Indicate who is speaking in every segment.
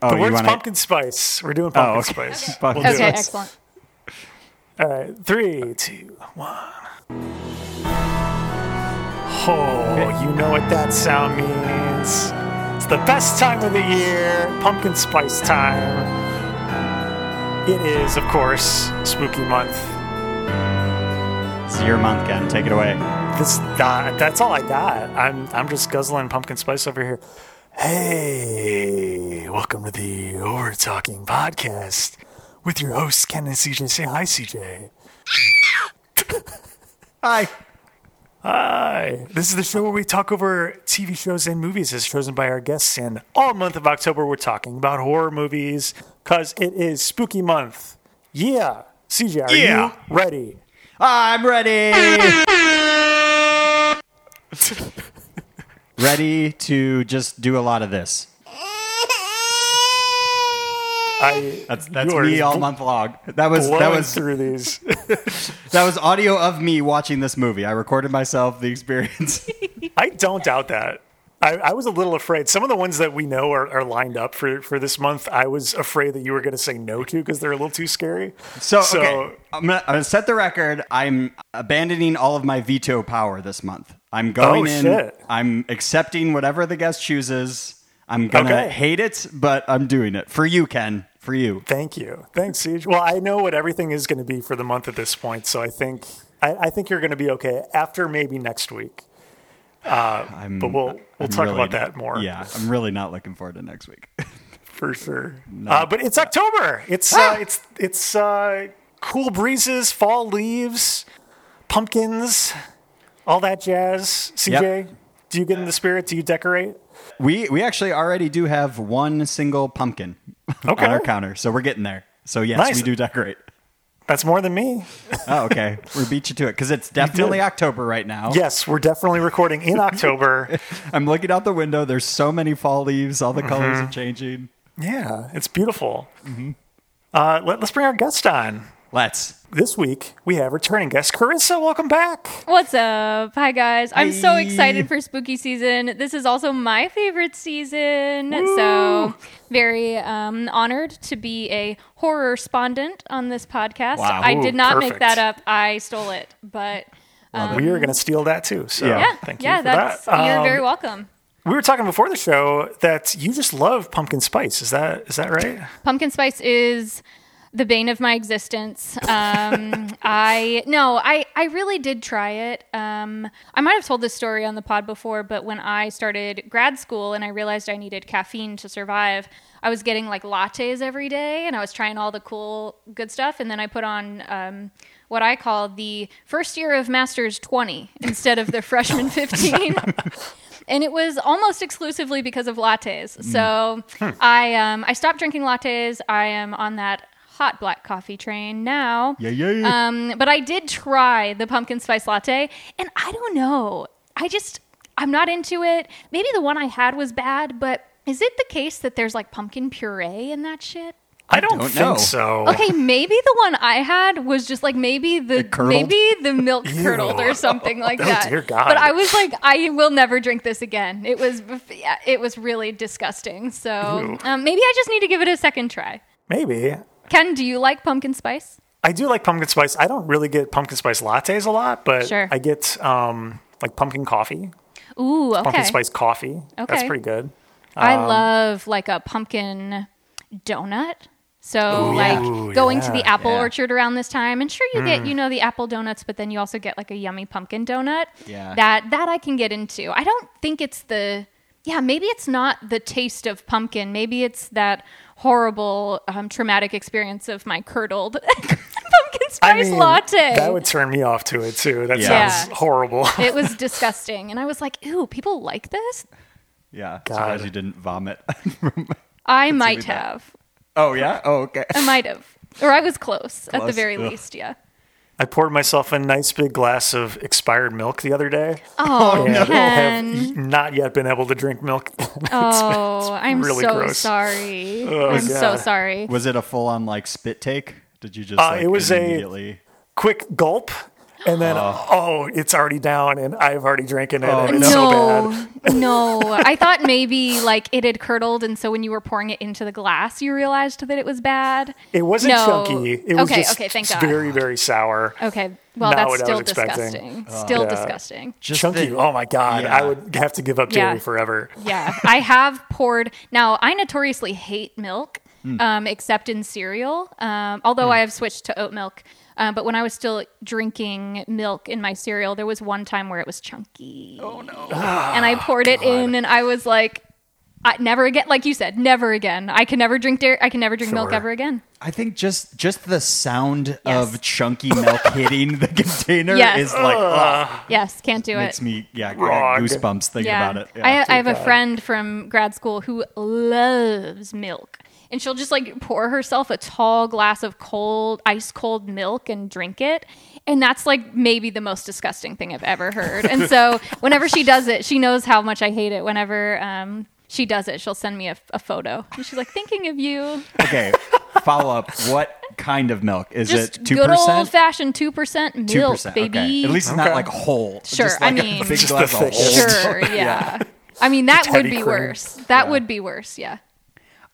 Speaker 1: Oh,
Speaker 2: the
Speaker 1: you
Speaker 2: word's
Speaker 1: wanna-
Speaker 2: pumpkin spice. We're doing
Speaker 1: Oh,
Speaker 2: pumpkin
Speaker 1: okay.
Speaker 2: spice.
Speaker 1: Pumpkin
Speaker 2: We'll do
Speaker 3: Okay,
Speaker 2: it.
Speaker 3: excellent.
Speaker 2: All right, three, two, one. Oh, you know what that sound means. It's the best time of the year, pumpkin spice time. It is, of course, spooky month.
Speaker 1: It's your month, Ken. Take it away.
Speaker 2: This, uh, that's all I got. I'm, I'm just guzzling pumpkin spice over here. Hey, welcome to the Over Talking Podcast with your hosts, Ken and CJ. Say hi, CJ.
Speaker 1: Hi.
Speaker 2: Hi. This is the show where we talk over TV shows and movies as chosen by our guests. And all month of October, we're talking about horror movies because it is spooky month. Yeah. CJ, are
Speaker 1: Yeah.
Speaker 2: you ready?
Speaker 1: I'm ready. ready to just do a lot of this.
Speaker 2: I,
Speaker 1: That's that's
Speaker 2: you are
Speaker 1: me all month long. That was
Speaker 2: blowing
Speaker 1: that was
Speaker 2: through these.
Speaker 1: that was audio of me watching this movie. I recorded myself the experience.
Speaker 2: I don't doubt that. I, I was a little afraid. Some of the ones that we know are, are lined up for, for this month, I was afraid that you were going to say no to because they're a little too scary.
Speaker 1: So, okay, I'm gonna, I'm gonna set the record. I'm abandoning all of my veto power this month. I'm going
Speaker 2: Oh,
Speaker 1: in.
Speaker 2: shit.
Speaker 1: I'm accepting whatever the guest chooses. I'm gonna
Speaker 2: Okay.
Speaker 1: hate it, but I'm doing it for you, Ken. For you.
Speaker 2: Thank you. Thanks, Siege. Well, I know what everything is going to be for the month at this point, so I think I, I think you're going to be okay after maybe next week. Uh,
Speaker 1: I'm,
Speaker 2: But we'll we'll
Speaker 1: I'm
Speaker 2: talk
Speaker 1: really
Speaker 2: about
Speaker 1: not-
Speaker 2: that more.
Speaker 1: Yeah, I'm really not looking forward to next week.
Speaker 2: for sure. Uh, but it's October. It's
Speaker 3: Ah!
Speaker 2: uh, it's it's uh, cool breezes, fall leaves, pumpkins, all that jazz. CJ,
Speaker 1: Yep.
Speaker 2: do you get in the spirit? Do you decorate?
Speaker 1: we we actually already do have one single pumpkin
Speaker 2: Okay.
Speaker 1: on our counter, so we're getting there. So yes,
Speaker 2: Nice.
Speaker 1: we do decorate.
Speaker 2: That's more than me.
Speaker 1: Oh, okay. we beat you to it because it's definitely October right now.
Speaker 2: Yes, we're definitely recording in October.
Speaker 1: I'm looking out the window. There's so many fall leaves. All the
Speaker 2: Mm-hmm.
Speaker 1: colors are changing.
Speaker 2: yeah, it's beautiful.
Speaker 1: Mm-hmm.
Speaker 2: Uh, let, let's bring our guest on.
Speaker 1: Let's.
Speaker 2: This week we have returning guest Carissa. Welcome back.
Speaker 3: What's up? Hi guys. I'm so
Speaker 1: Hey.
Speaker 3: excited for spooky season. This is also my favorite season. So very um, honored to be a horror respondent on this podcast.
Speaker 1: Wow.
Speaker 3: I did not
Speaker 2: Perfect.
Speaker 3: make that up. I stole it. But
Speaker 2: we are going to steal that too. So
Speaker 1: Yeah.
Speaker 3: yeah,
Speaker 2: thank you
Speaker 3: yeah,
Speaker 2: for
Speaker 3: that's
Speaker 2: that.
Speaker 3: you're
Speaker 2: Um,
Speaker 3: very welcome.
Speaker 2: we were talking before the show that you just love pumpkin spice. Is that is that right?
Speaker 3: pumpkin spice is the bane of my existence. Um, I no, I I really did try it. Um, I might have told this story on the pod before, but when I started grad school and I realized I needed caffeine to survive, I was getting like lattes every day, and I was trying all the cool good stuff, and then I put on. Um, what I call the first year of master's 20 instead of the freshman 15. and it was almost exclusively because of
Speaker 1: Mm.
Speaker 3: lattes. So
Speaker 1: Hmm.
Speaker 3: I um, I stopped drinking lattes. I am on that hot black coffee train now.
Speaker 1: Yeah, yeah, yeah.
Speaker 3: Um, but I did try the pumpkin spice latte, and I don't know. I just I'm not into it. Maybe the one I had was bad, but is it the case that there's like pumpkin puree in that shit?
Speaker 2: I don't,
Speaker 1: don't
Speaker 2: think
Speaker 1: know.
Speaker 2: so.
Speaker 3: Okay, maybe the one I had was just like maybe the
Speaker 1: It curdled?
Speaker 3: maybe the milk curdled or something like
Speaker 2: Oh,
Speaker 3: that.
Speaker 2: dear God.
Speaker 3: But I was like, I will never drink this again. It was yeah, it was really disgusting. So um, maybe I just need to give it a second try.
Speaker 2: Maybe.
Speaker 3: Ken, do you like pumpkin spice?
Speaker 2: I do like pumpkin spice. I don't really get pumpkin spice lattes a lot, but
Speaker 3: Sure.
Speaker 2: I get um, like pumpkin coffee,
Speaker 3: Ooh, okay.
Speaker 2: pumpkin spice coffee. That's
Speaker 3: Okay.
Speaker 2: pretty good.
Speaker 3: I
Speaker 2: Um,
Speaker 3: love like a pumpkin donut. So like
Speaker 2: Ooh,
Speaker 3: going to
Speaker 2: yeah, Hmm.
Speaker 3: the apple
Speaker 1: yeah.
Speaker 3: orchard around this time, and sure you get you know the apple donuts, but then you also get like a yummy pumpkin donut.
Speaker 1: Yeah.
Speaker 3: that that I can get into. I don't think it's the yeah maybe it's not the taste of pumpkin. Maybe it's that horrible um, traumatic experience of my curdled pumpkin spice
Speaker 2: I mean,
Speaker 3: latte.
Speaker 2: That would turn me off to it too. That
Speaker 1: Yeah.
Speaker 2: sounds
Speaker 3: Yeah.
Speaker 2: horrible.
Speaker 3: it was disgusting, and I was like, "Ooh, people like this."
Speaker 1: yeah. Surprised you didn't vomit.
Speaker 3: I might
Speaker 1: bad.
Speaker 3: have.
Speaker 1: oh yeah. Oh okay.
Speaker 3: I might have. Or I was close, at the
Speaker 1: Close.
Speaker 3: very
Speaker 1: Ugh.
Speaker 3: least, yeah.
Speaker 2: I poured myself a nice big glass of expired milk the other day.
Speaker 3: Oh,
Speaker 2: and have
Speaker 3: Ken.
Speaker 2: y- not yet been able to drink milk.
Speaker 3: oh, I'm
Speaker 2: really
Speaker 3: so
Speaker 2: gross.
Speaker 3: sorry. I'm so
Speaker 2: Oh, God.
Speaker 3: sorry.
Speaker 1: Was it a full on like spit take? Did you just?
Speaker 2: Uh,
Speaker 1: like,
Speaker 2: it was a-
Speaker 1: immediately...
Speaker 2: Quick gulp. and then oh, it's already down, and I've already drinking it. and it's so bad.
Speaker 3: No, no. I thought maybe like it had curdled, and so when you were pouring it into the glass, you realized that it was bad.
Speaker 2: It wasn't
Speaker 3: No.
Speaker 2: chunky. It was
Speaker 3: okay,
Speaker 2: just
Speaker 3: okay, thank God.
Speaker 2: very, very sour.
Speaker 3: okay, well,
Speaker 2: Not
Speaker 3: that's
Speaker 2: what I
Speaker 3: still
Speaker 2: was expecting.
Speaker 3: disgusting. still
Speaker 2: Oh. Yeah.
Speaker 3: disgusting.
Speaker 1: Just
Speaker 2: chunky.
Speaker 1: the-
Speaker 2: oh my god,
Speaker 1: Yeah.
Speaker 2: I would have to give up dairy
Speaker 3: Yeah.
Speaker 2: forever.
Speaker 3: Yeah, I have poured. Now, I notoriously hate milk, um, except in cereal. Um, although I have switched to oat milk. Um, but when I was still drinking milk in my cereal, there was one time where it was chunky. Oh no! and I poured it in, and I was like, I, "Never again!" Like you said, never again. I can never drink dairy. I can never drink milk
Speaker 2: Sure.
Speaker 3: ever again.
Speaker 1: I think just just the sound
Speaker 3: Yes.
Speaker 1: of chunky milk hitting the container
Speaker 3: Yes.
Speaker 1: is like ugh,
Speaker 3: Yes, can't do
Speaker 1: makes
Speaker 3: it.
Speaker 1: me yeah I got
Speaker 2: Wrong.
Speaker 1: goosebumps thinking about it. Yeah.
Speaker 3: I, uh, I have a friend from grad school who loves milk. And she'll just like pour herself a tall glass of cold, ice cold milk and drink it. And that's like maybe the most disgusting thing I've ever heard. And so whenever she does it, she knows how much I hate it. Whenever um, she does it, she'll send me a, a photo. And she's like, thinking of you.
Speaker 1: okay, follow up. What kind of milk is
Speaker 3: Just
Speaker 1: it? Two
Speaker 3: good old
Speaker 1: percent.
Speaker 3: fashioned 2% milk, baby.
Speaker 1: Okay. At least it's not
Speaker 2: Okay.
Speaker 1: like whole.
Speaker 3: Sure,
Speaker 1: Just like
Speaker 3: I mean-
Speaker 1: a big
Speaker 2: Just the
Speaker 1: glass of whole.
Speaker 2: thickest.
Speaker 3: Sure, yeah. I mean, that would
Speaker 2: heavy
Speaker 3: be
Speaker 2: cream.
Speaker 3: worse. That would be worse, yeah.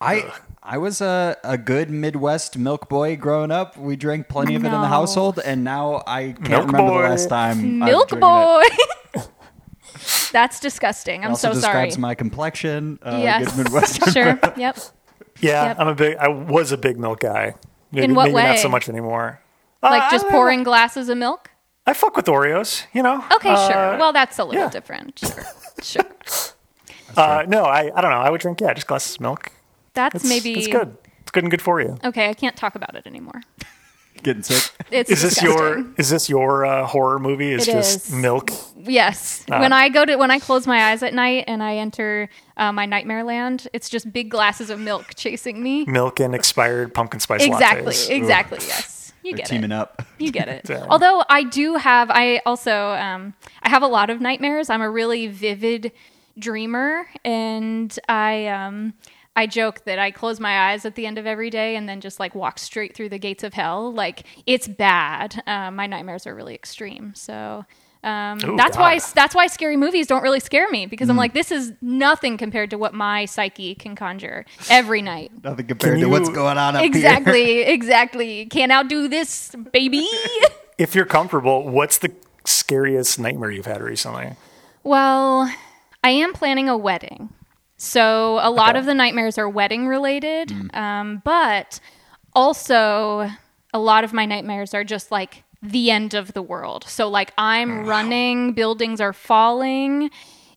Speaker 1: I I was a, a good Midwest milk boy growing up. We drank plenty of it in the
Speaker 3: No.
Speaker 1: household, and now I can't
Speaker 2: Milk
Speaker 1: remember
Speaker 2: boy.
Speaker 1: the last time. I've
Speaker 3: Milk
Speaker 1: drinking it.
Speaker 3: boy. That's disgusting. I'm
Speaker 1: also
Speaker 3: so sorry.
Speaker 1: describes my complexion. Uh,
Speaker 3: yes.
Speaker 1: Good Midwestern.
Speaker 3: sure. Yep.
Speaker 2: Yeah,
Speaker 3: Yep.
Speaker 2: I'm a big. I was a big milk guy. Maybe,
Speaker 3: In what
Speaker 2: maybe
Speaker 3: way?
Speaker 2: Not so much anymore.
Speaker 3: Like
Speaker 2: Uh,
Speaker 3: just
Speaker 2: I-
Speaker 3: pouring glasses of milk.
Speaker 2: I fuck with Oreos. You know.
Speaker 3: Okay,
Speaker 2: Uh,
Speaker 3: sure. Well, that's a little
Speaker 2: yeah.
Speaker 3: different. Sure. Sure.
Speaker 2: uh, no, I, I don't know. I would drink yeah, just glasses of milk.
Speaker 3: That's
Speaker 2: It's,
Speaker 3: maybe
Speaker 2: it's good. It's good and good for you.
Speaker 3: Okay, I can't talk about it anymore.
Speaker 1: Getting sick.
Speaker 3: It's
Speaker 2: Is this your
Speaker 3: disgusting.
Speaker 2: is this your uh, horror movie? Is
Speaker 3: It
Speaker 2: just
Speaker 3: is.
Speaker 2: milk?
Speaker 3: Yes.
Speaker 2: Ah.
Speaker 3: when I go to when I close my eyes at night and I enter uh, my nightmare land, it's just big glasses of milk chasing me.
Speaker 2: milk and expired pumpkin spice
Speaker 3: Exactly.
Speaker 2: lattes.
Speaker 3: Exactly. Yes. You
Speaker 1: They're
Speaker 3: get it.
Speaker 1: teaming up.
Speaker 3: You get it.
Speaker 2: Yeah.
Speaker 3: Although I do have, I also, um, I have a lot of nightmares. I'm a really vivid dreamer, and I, um, I joke that I close my eyes at the end of every day and then just like walk straight through the gates of hell. Like it's bad. Um, my nightmares are really extreme. So. Um,
Speaker 2: Ooh,
Speaker 3: that's why
Speaker 2: God. Hmm.
Speaker 3: that's why scary movies don't really scare me because I'm like this is nothing compared to what my psyche can conjure every night.
Speaker 1: Nothing compared
Speaker 2: you-
Speaker 1: to what's going on up here.
Speaker 3: Exactly, exactly. Can't outdo this, baby.
Speaker 2: If you're comfortable, what's the scariest nightmare you've had recently?
Speaker 3: Well, I am planning a wedding. So a lot of the nightmares are wedding related. Um, but also, a lot of my nightmares are just like the end of the world. So, like, I'm running, buildings are falling.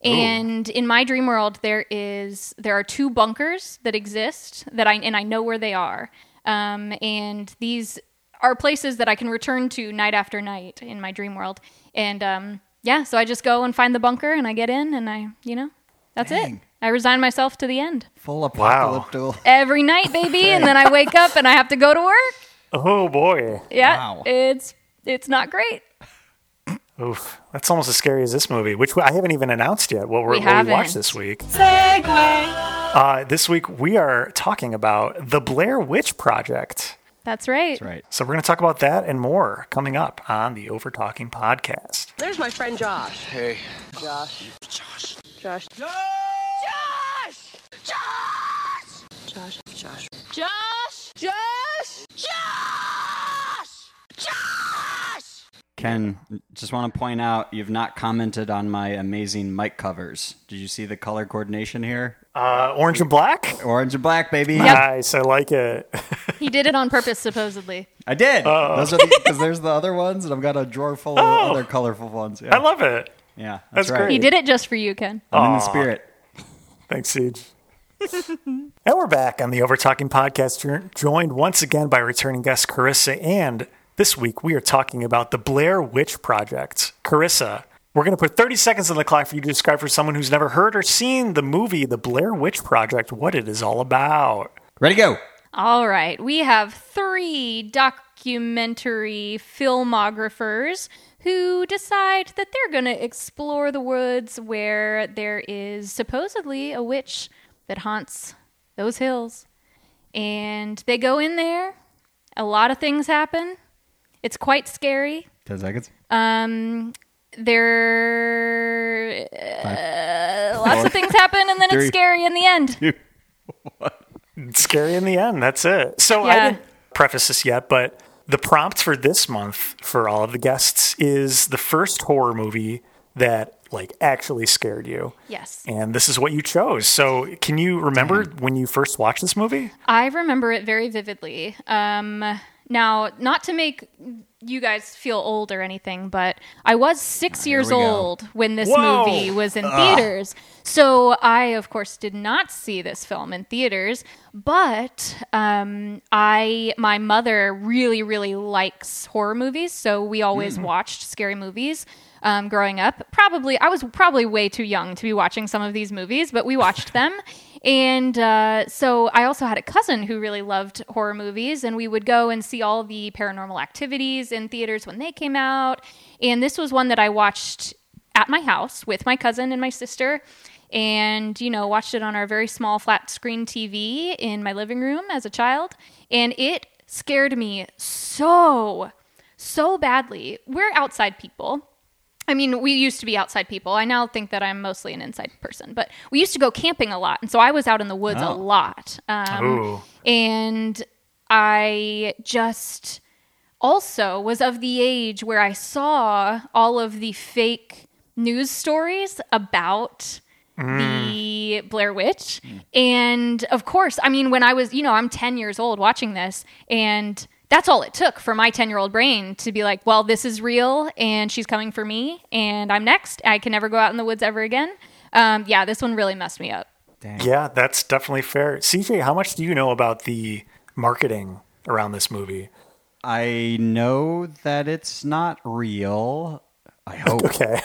Speaker 3: And in my dream world, there is there are two bunkers that exist that I and I know where they are. Um, and these are places that I can return to night after night in my dream world. And um, yeah, so I just go and find the bunker and I get in and I, you know, that's it.
Speaker 1: Dang.
Speaker 3: I resign myself to the end
Speaker 1: Full
Speaker 2: Wow.
Speaker 1: apocalyptic.
Speaker 3: every night, baby. and then I wake up and I have to go to work.
Speaker 2: Oh boy.
Speaker 3: Yeah,
Speaker 1: Wow.
Speaker 3: it's it's not great.
Speaker 2: Oof. That's almost as scary as this movie, which I haven't even announced yet what, we're,
Speaker 3: We
Speaker 2: what we watched
Speaker 3: haven't.
Speaker 2: this week. Uh, this week, we are talking about The Blair Witch Project.
Speaker 3: That's right.
Speaker 1: That's right.
Speaker 2: So, we're going to talk about that and more coming up on the Over Talking podcast.
Speaker 4: There's my friend Josh. Hey. Josh. Josh. Josh. Josh. Josh. Josh. Josh. Josh.
Speaker 1: Ken, just want to point out you've not commented on my amazing mic covers. Did you see the color coordination here?
Speaker 2: Uh, orange and black?
Speaker 1: Orange and black, baby.
Speaker 2: Nice. I like it.
Speaker 3: He did it on purpose, supposedly.
Speaker 1: I did. Those are because there's the other ones, and I've got a drawer full of
Speaker 2: Uh. Oh.
Speaker 1: other colorful ones. Yeah,
Speaker 2: I love it.
Speaker 1: yeah that's,
Speaker 2: that's
Speaker 1: right.
Speaker 2: great.
Speaker 3: He did it just for you, Ken.
Speaker 1: I'm in the
Speaker 2: Aw.
Speaker 1: spirit.
Speaker 2: Thanks, Siege. and we're back on the Over Talking podcast, jo- joined once again by returning guest Carissa. And this week we are talking about the Blair Witch Project. Carissa, we're going to put 30 seconds on the clock for you to describe for someone who's never heard or seen the movie The Blair Witch Project what it is all about.
Speaker 1: Ready, go.
Speaker 3: All right. We have three documentary filmographers who decide that they're going to explore the woods where there is supposedly a witch that haunts those hills. And they go in there, a lot of things happen, It's quite scary.
Speaker 1: 10 seconds.
Speaker 3: Um, there uh, lots
Speaker 1: Four.
Speaker 3: of things happen, and then
Speaker 1: Three.
Speaker 3: it's scary in the end.
Speaker 2: It's scary in the end. That's it. So I
Speaker 3: Yeah.
Speaker 2: didn't preface this yet, but the prompt for this month for all of the guests is the first horror movie that like actually scared you.
Speaker 3: Yes.
Speaker 2: And this is what you chose. So can you remember when you first watched this movie?
Speaker 3: I remember it very vividly. Um, now, not to make you guys feel old or anything, but I was six years
Speaker 1: we go.
Speaker 3: old when this
Speaker 2: Whoa.
Speaker 3: movie was in theaters. So I, of course, did not see this film in theaters. But um, I, my mother really, really likes horror movies, so we always watched scary movies. Um, growing up, probably I was probably way too young to be watching some of these movies, but we watched them. And uh, so I also had a cousin who really loved horror movies, and we would go and see all the paranormal activities in theaters when they came out. And this was one that I watched at my house with my cousin and my sister, and you know, watched it on our very small flat screen TV in my living room as a child. And it scared me so, so badly. We're outside people. I mean, we used to be outside people. I now think that I'm mostly an inside person, but we used to go camping a lot, and so I was out in the woods a lot. Um,
Speaker 2: Ooh.
Speaker 3: and I just also was of the age where I saw all of the fake news stories about the
Speaker 2: Mm.
Speaker 3: Blair Witch. And of course, I mean, when I was, you know, I'm 10 years old watching this, and that's all it took for my 10 year old brain to be like, well, this is real, and she's coming for me, and I'm next. I can never go out in the woods ever again. Um, yeah, this one really messed me up.
Speaker 2: Yeah, that's definitely fair. CJ, how much do you know about the marketing around this movie?
Speaker 1: I know that it's not real. I hope.
Speaker 2: Okay.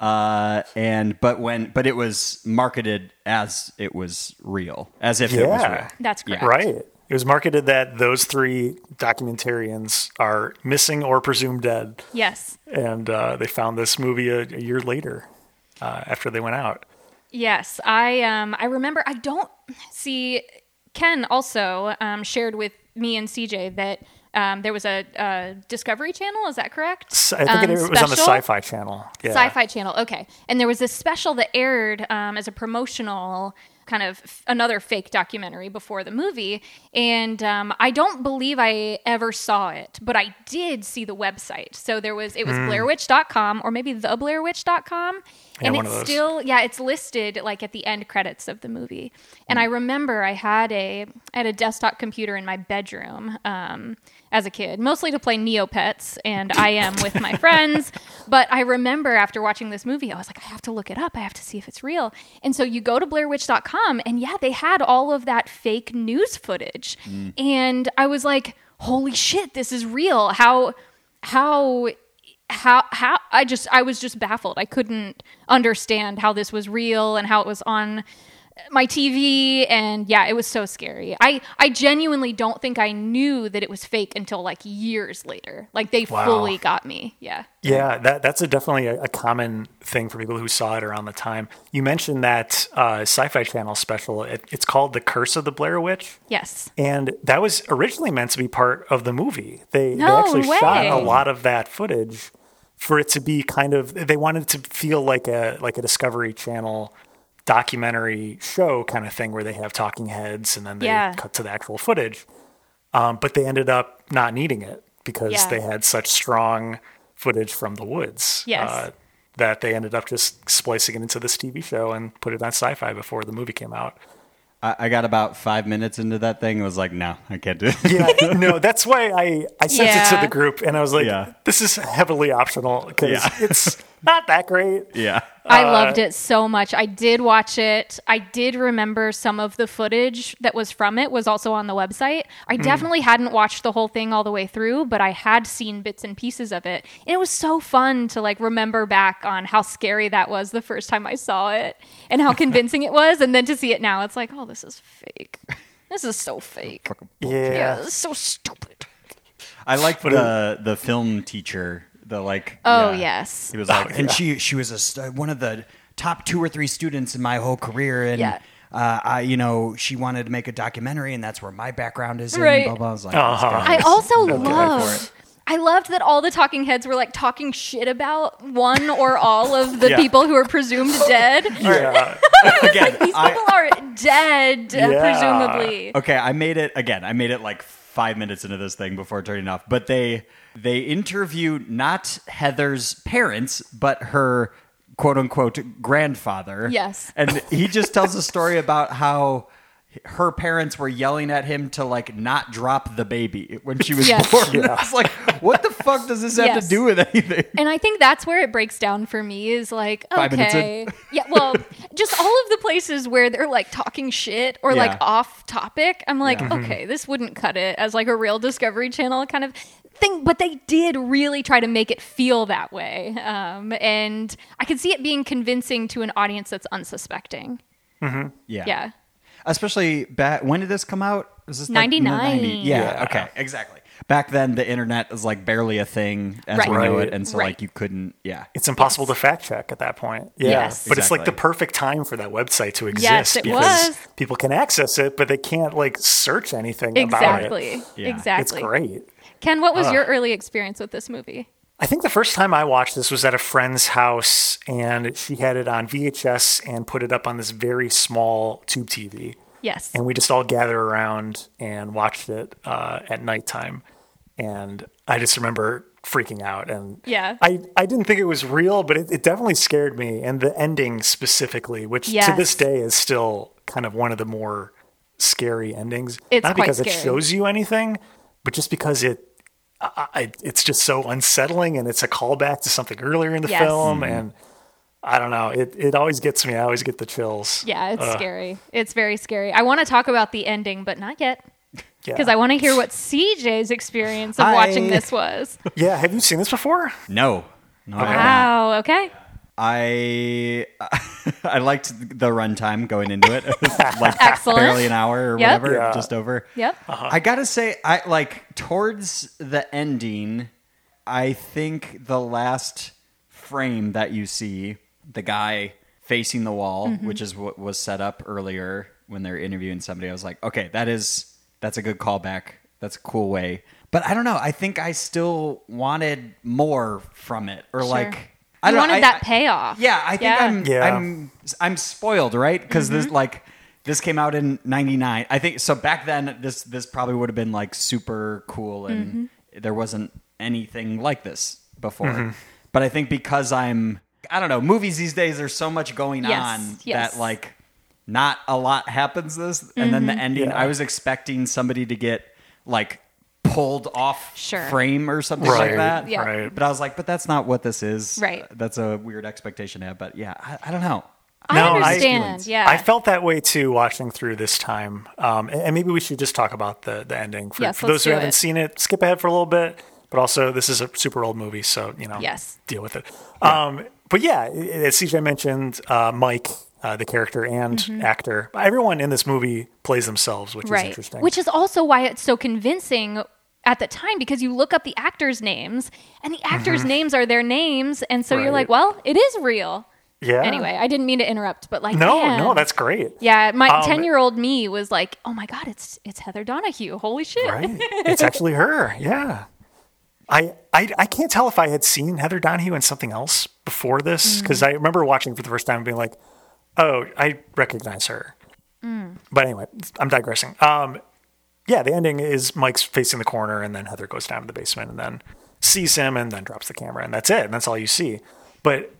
Speaker 1: Uh, and but when but it was marketed as it was real, as if it was
Speaker 2: Yeah.
Speaker 1: real.
Speaker 3: That's correct.
Speaker 2: Right. It was marketed that those three documentarians are missing or presumed dead.
Speaker 3: Yes.
Speaker 2: and uh, they found this movie a, a year later uh, after they went out.
Speaker 3: Yes, I um I remember I don't see Ken also um, shared with me and CJ that um, there was a, uh Discovery Channel. Is that correct?
Speaker 2: So I think
Speaker 3: Um,
Speaker 2: it, was on the
Speaker 3: special?
Speaker 2: Sci-Fi Channel. Yeah.
Speaker 3: Sci-Fi Channel. Okay, and there was this special that aired um, as a promotional kind of f- another fake documentary before the movie, and um, I don't believe I ever saw it, but I did see the website. So there was it was
Speaker 2: Hmm.
Speaker 3: BlairWitch.com or maybe theblairwitch.com,
Speaker 2: Yeah,
Speaker 3: and
Speaker 2: one
Speaker 3: it's
Speaker 2: of those.
Speaker 3: still yeah it's listed like at the end credits of the movie. And I
Speaker 2: Mm.
Speaker 3: remember I had a I had a desktop computer in my bedroom. Um, as a kid, mostly to play Neopets and I am with my friends. But I remember after watching this movie, I was like, I have to look it up. I have to see if it's real. And so you go to BlairWitch.com, and yeah, they had all of that fake news footage.
Speaker 2: Mm.
Speaker 3: And I was like, holy shit, this is real. How, how, how, how, I just, I was just baffled. I couldn't understand how this was real and how it was on my TV and yeah, it was so scary. I I genuinely don't think I knew that it was fake until like years later. Like they
Speaker 2: Wow.
Speaker 3: fully got me. Yeah.
Speaker 2: Yeah, that, that's a definitely a, a common thing for people who saw it around the time. You mentioned that uh, Sci-Fi Channel special. It, it's called The Curse of the Blair Witch.
Speaker 3: Yes.
Speaker 2: And that was originally meant to be part of the movie. They,
Speaker 3: No
Speaker 2: they actually shot
Speaker 3: way.
Speaker 2: a lot of that footage for it to be kind of they wanted it to feel like a like a Discovery Channel documentary show kind of thing where they have talking heads and then they
Speaker 3: Yeah.
Speaker 2: cut to the actual footage. Um, but they ended up not needing it because
Speaker 3: Yeah.
Speaker 2: they had such strong footage from the woods. uh,
Speaker 3: Yes.
Speaker 2: that they ended up just splicing it into this TV show and put it on sci-fi before the movie came out.
Speaker 1: I, I got about five minutes into that thing. and was like, no, I can't do it.
Speaker 2: yeah, no, that's why I, I sent it to
Speaker 3: Yeah.
Speaker 2: the group and I was like,
Speaker 1: Yeah.
Speaker 2: this is heavily optional because
Speaker 1: Yeah.
Speaker 2: it's not that great.
Speaker 1: yeah.
Speaker 3: I loved it so much. I did watch it. I did remember some of the footage that was from it was also on the website. I definitely hadn't watched the whole thing all the way through, but I had seen bits and pieces of it. And it was so fun to like remember back on how scary that was the first time I saw it and how convincing it was. And then to see it now, it's like, oh, this is fake. This is so fake.
Speaker 2: Yeah.
Speaker 3: Yeah, this is so stupid.
Speaker 1: I liked the the film teacher. The like.
Speaker 3: Oh, yes.
Speaker 1: He was like, and she she was a st- one of the top two or three students in my whole career, and
Speaker 3: Yeah.
Speaker 1: uh, I, you know, she wanted to make a documentary, and that's where my background is. in,"
Speaker 3: Right.
Speaker 1: blah blah. I was like,
Speaker 2: Uh-huh.
Speaker 1: "This guy
Speaker 3: I
Speaker 1: is
Speaker 3: also
Speaker 1: no guy for
Speaker 3: love.
Speaker 1: it."
Speaker 3: I loved that all the talking heads were like talking shit about one or all of the
Speaker 1: Yeah.
Speaker 3: people who are presumed dead.
Speaker 2: Yeah.
Speaker 1: again.
Speaker 3: These
Speaker 1: I-
Speaker 3: people are dead, uh,
Speaker 2: Yeah.
Speaker 3: presumably.
Speaker 1: Okay, I made it again. I made it like five minutes into this thing before turning off. But they they interview not Heather's parents, but her quote unquote grandfather.
Speaker 3: Yes.
Speaker 1: and he just tells a story about how her parents were yelling at him to like not drop the baby when she was
Speaker 3: Yes.
Speaker 1: born. And I was like, what the fuck does this have
Speaker 3: Yes.
Speaker 1: to do with anything?
Speaker 3: And I think that's where it breaks down for me is like,
Speaker 1: Five minutes
Speaker 3: okay.
Speaker 1: in.
Speaker 3: Yeah, well, just all of the places where they're like talking shit or
Speaker 1: Yeah.
Speaker 3: like off topic. I'm like,
Speaker 1: Yeah.
Speaker 3: okay, this wouldn't cut it as like a real Discovery Channel kind of thing. But they did really try to make it feel that way. Um, and I could see it being convincing to an audience that's unsuspecting.
Speaker 1: Yeah.
Speaker 3: Yeah.
Speaker 1: Especially back when did this come out? Is this like,
Speaker 3: 99.
Speaker 1: 90? Yeah,
Speaker 2: Yeah.
Speaker 1: Okay. Exactly. Back then, the internet was like barely a thing as we
Speaker 3: Right.
Speaker 1: know it, and so
Speaker 3: Right.
Speaker 1: like you couldn't. Yeah.
Speaker 2: It's impossible to fact check at that point. Yeah.
Speaker 3: Yes.
Speaker 2: But it's like the
Speaker 1: Exactly.
Speaker 2: perfect time for that website to exist
Speaker 3: Yes, it
Speaker 2: because
Speaker 3: was.
Speaker 2: people can access it, but they can't like search anything about it.
Speaker 3: Exactly.
Speaker 1: Yeah.
Speaker 2: It's
Speaker 3: Exactly.
Speaker 2: great.
Speaker 3: Ken, what was your early experience with this movie?
Speaker 2: I think the first time I watched this was at a friend's house, and she had it on VHS and put it up on this very small tube TV.
Speaker 3: Yes.
Speaker 2: And we just all gathered around and watched it uh, at nighttime. And I just remember freaking out. And
Speaker 3: Yeah.
Speaker 2: I, I didn't think it was real, but it, it definitely scared me. And the ending specifically, which to
Speaker 3: Yes.
Speaker 2: this day is still kind of one of the more scary endings.
Speaker 3: It's
Speaker 2: Not
Speaker 3: quite
Speaker 2: because it
Speaker 3: scary.
Speaker 2: shows you anything, but just because it I, I- it's just so unsettling and it's a callback to something earlier in the
Speaker 3: Yes.
Speaker 2: film and I don't know. It it always gets me. I always get the chills.
Speaker 3: Yeah, it's scary. It's very scary. I want to talk about the ending, but not yet. Because
Speaker 2: yeah.
Speaker 3: I want to hear what CJ's experience of
Speaker 1: I-
Speaker 3: watching this was.
Speaker 2: Yeah, have you seen this before?
Speaker 1: No. No. I, haven't.
Speaker 3: Wow. Okay.
Speaker 1: I I liked the runtime going into it. It was, like
Speaker 3: Excellent.
Speaker 1: barely an hour or
Speaker 3: Yep.
Speaker 1: whatever,
Speaker 2: Yeah.
Speaker 1: just over.
Speaker 3: Yep.
Speaker 1: I gotta say, I like towards the ending. I think the last frame that you see, the guy facing the wall,
Speaker 3: Mm-hmm.
Speaker 1: which is what was set up earlier when they're interviewing somebody. I was like, okay, that is that's a good callback. That's a cool way. But I don't know. I think I still wanted more from it, or like I don't
Speaker 3: You
Speaker 1: know,
Speaker 3: wanted
Speaker 1: I-
Speaker 3: that
Speaker 1: I-
Speaker 3: payoff.
Speaker 1: yeah, I think
Speaker 3: Yeah.
Speaker 1: I'm
Speaker 2: Yeah.
Speaker 1: I'm I'm spoiled, right? Because this
Speaker 3: Mm-hmm.
Speaker 1: like this came out in '99. I think so. Back then, this this probably would have been like super cool, and
Speaker 3: Mm-hmm.
Speaker 1: there wasn't anything like this before.
Speaker 2: Mm-hmm.
Speaker 1: But I think because I'm I don't know, movies these days there's so much going
Speaker 3: Yes,
Speaker 1: on
Speaker 3: yes.
Speaker 1: that like not a lot happens this, and then the
Speaker 3: Mm-hmm.
Speaker 1: ending.
Speaker 2: Yeah.
Speaker 1: I was expecting somebody to get like pulled off
Speaker 3: Sure.
Speaker 1: frame or something
Speaker 2: Right,
Speaker 1: like that
Speaker 3: Yeah.
Speaker 2: right.
Speaker 1: but i was like but that's not what this is
Speaker 3: Right.
Speaker 1: that's a weird expectation to have, but yeah, I, I don't know.
Speaker 3: I
Speaker 2: No, I-
Speaker 3: understand. yeah.
Speaker 2: I felt that way too watching through this time. Um, and, and maybe we should just talk about the, the ending. For,
Speaker 3: Yes,
Speaker 2: for
Speaker 3: let's
Speaker 2: those who
Speaker 3: do
Speaker 2: haven't
Speaker 3: it.
Speaker 2: seen it, skip ahead for a little bit. But also, this is a super old movie, so, you know,
Speaker 3: Yes.
Speaker 2: deal with it. Um, but yeah, i- i- as CJ mentioned, uh, Mike, uh, the character and actor, everyone in this movie plays themselves, which is
Speaker 3: Mm-hmm. right.
Speaker 2: interesting.
Speaker 3: Which is also why it's so convincing at the time because you look up the actors' names and the actors' names are their names. And so you're
Speaker 2: Mm-hmm. Right.
Speaker 3: like, well, it is real.
Speaker 2: yeah.
Speaker 3: Anyway, I didn't mean to interrupt, but like,
Speaker 2: No,
Speaker 3: man.
Speaker 2: no, that's great.
Speaker 3: Yeah, my
Speaker 2: Um,
Speaker 3: ten-year-old me was like, "Oh my god, it's it's Heather Donahue! Holy shit!"
Speaker 2: Right. It's actually her. Yeah. I, I I can't tell if I had seen Heather Donahue in something else before this
Speaker 3: Mm.
Speaker 2: because I remember watching for the first time and being like, oh, I recognize her.
Speaker 3: Mm.
Speaker 2: But anyway, I'm digressing. Um, yeah, the ending is Mike's facing the corner and then Heather goes down to the basement and then sees him and then drops the camera and that's it. And that's all you see. But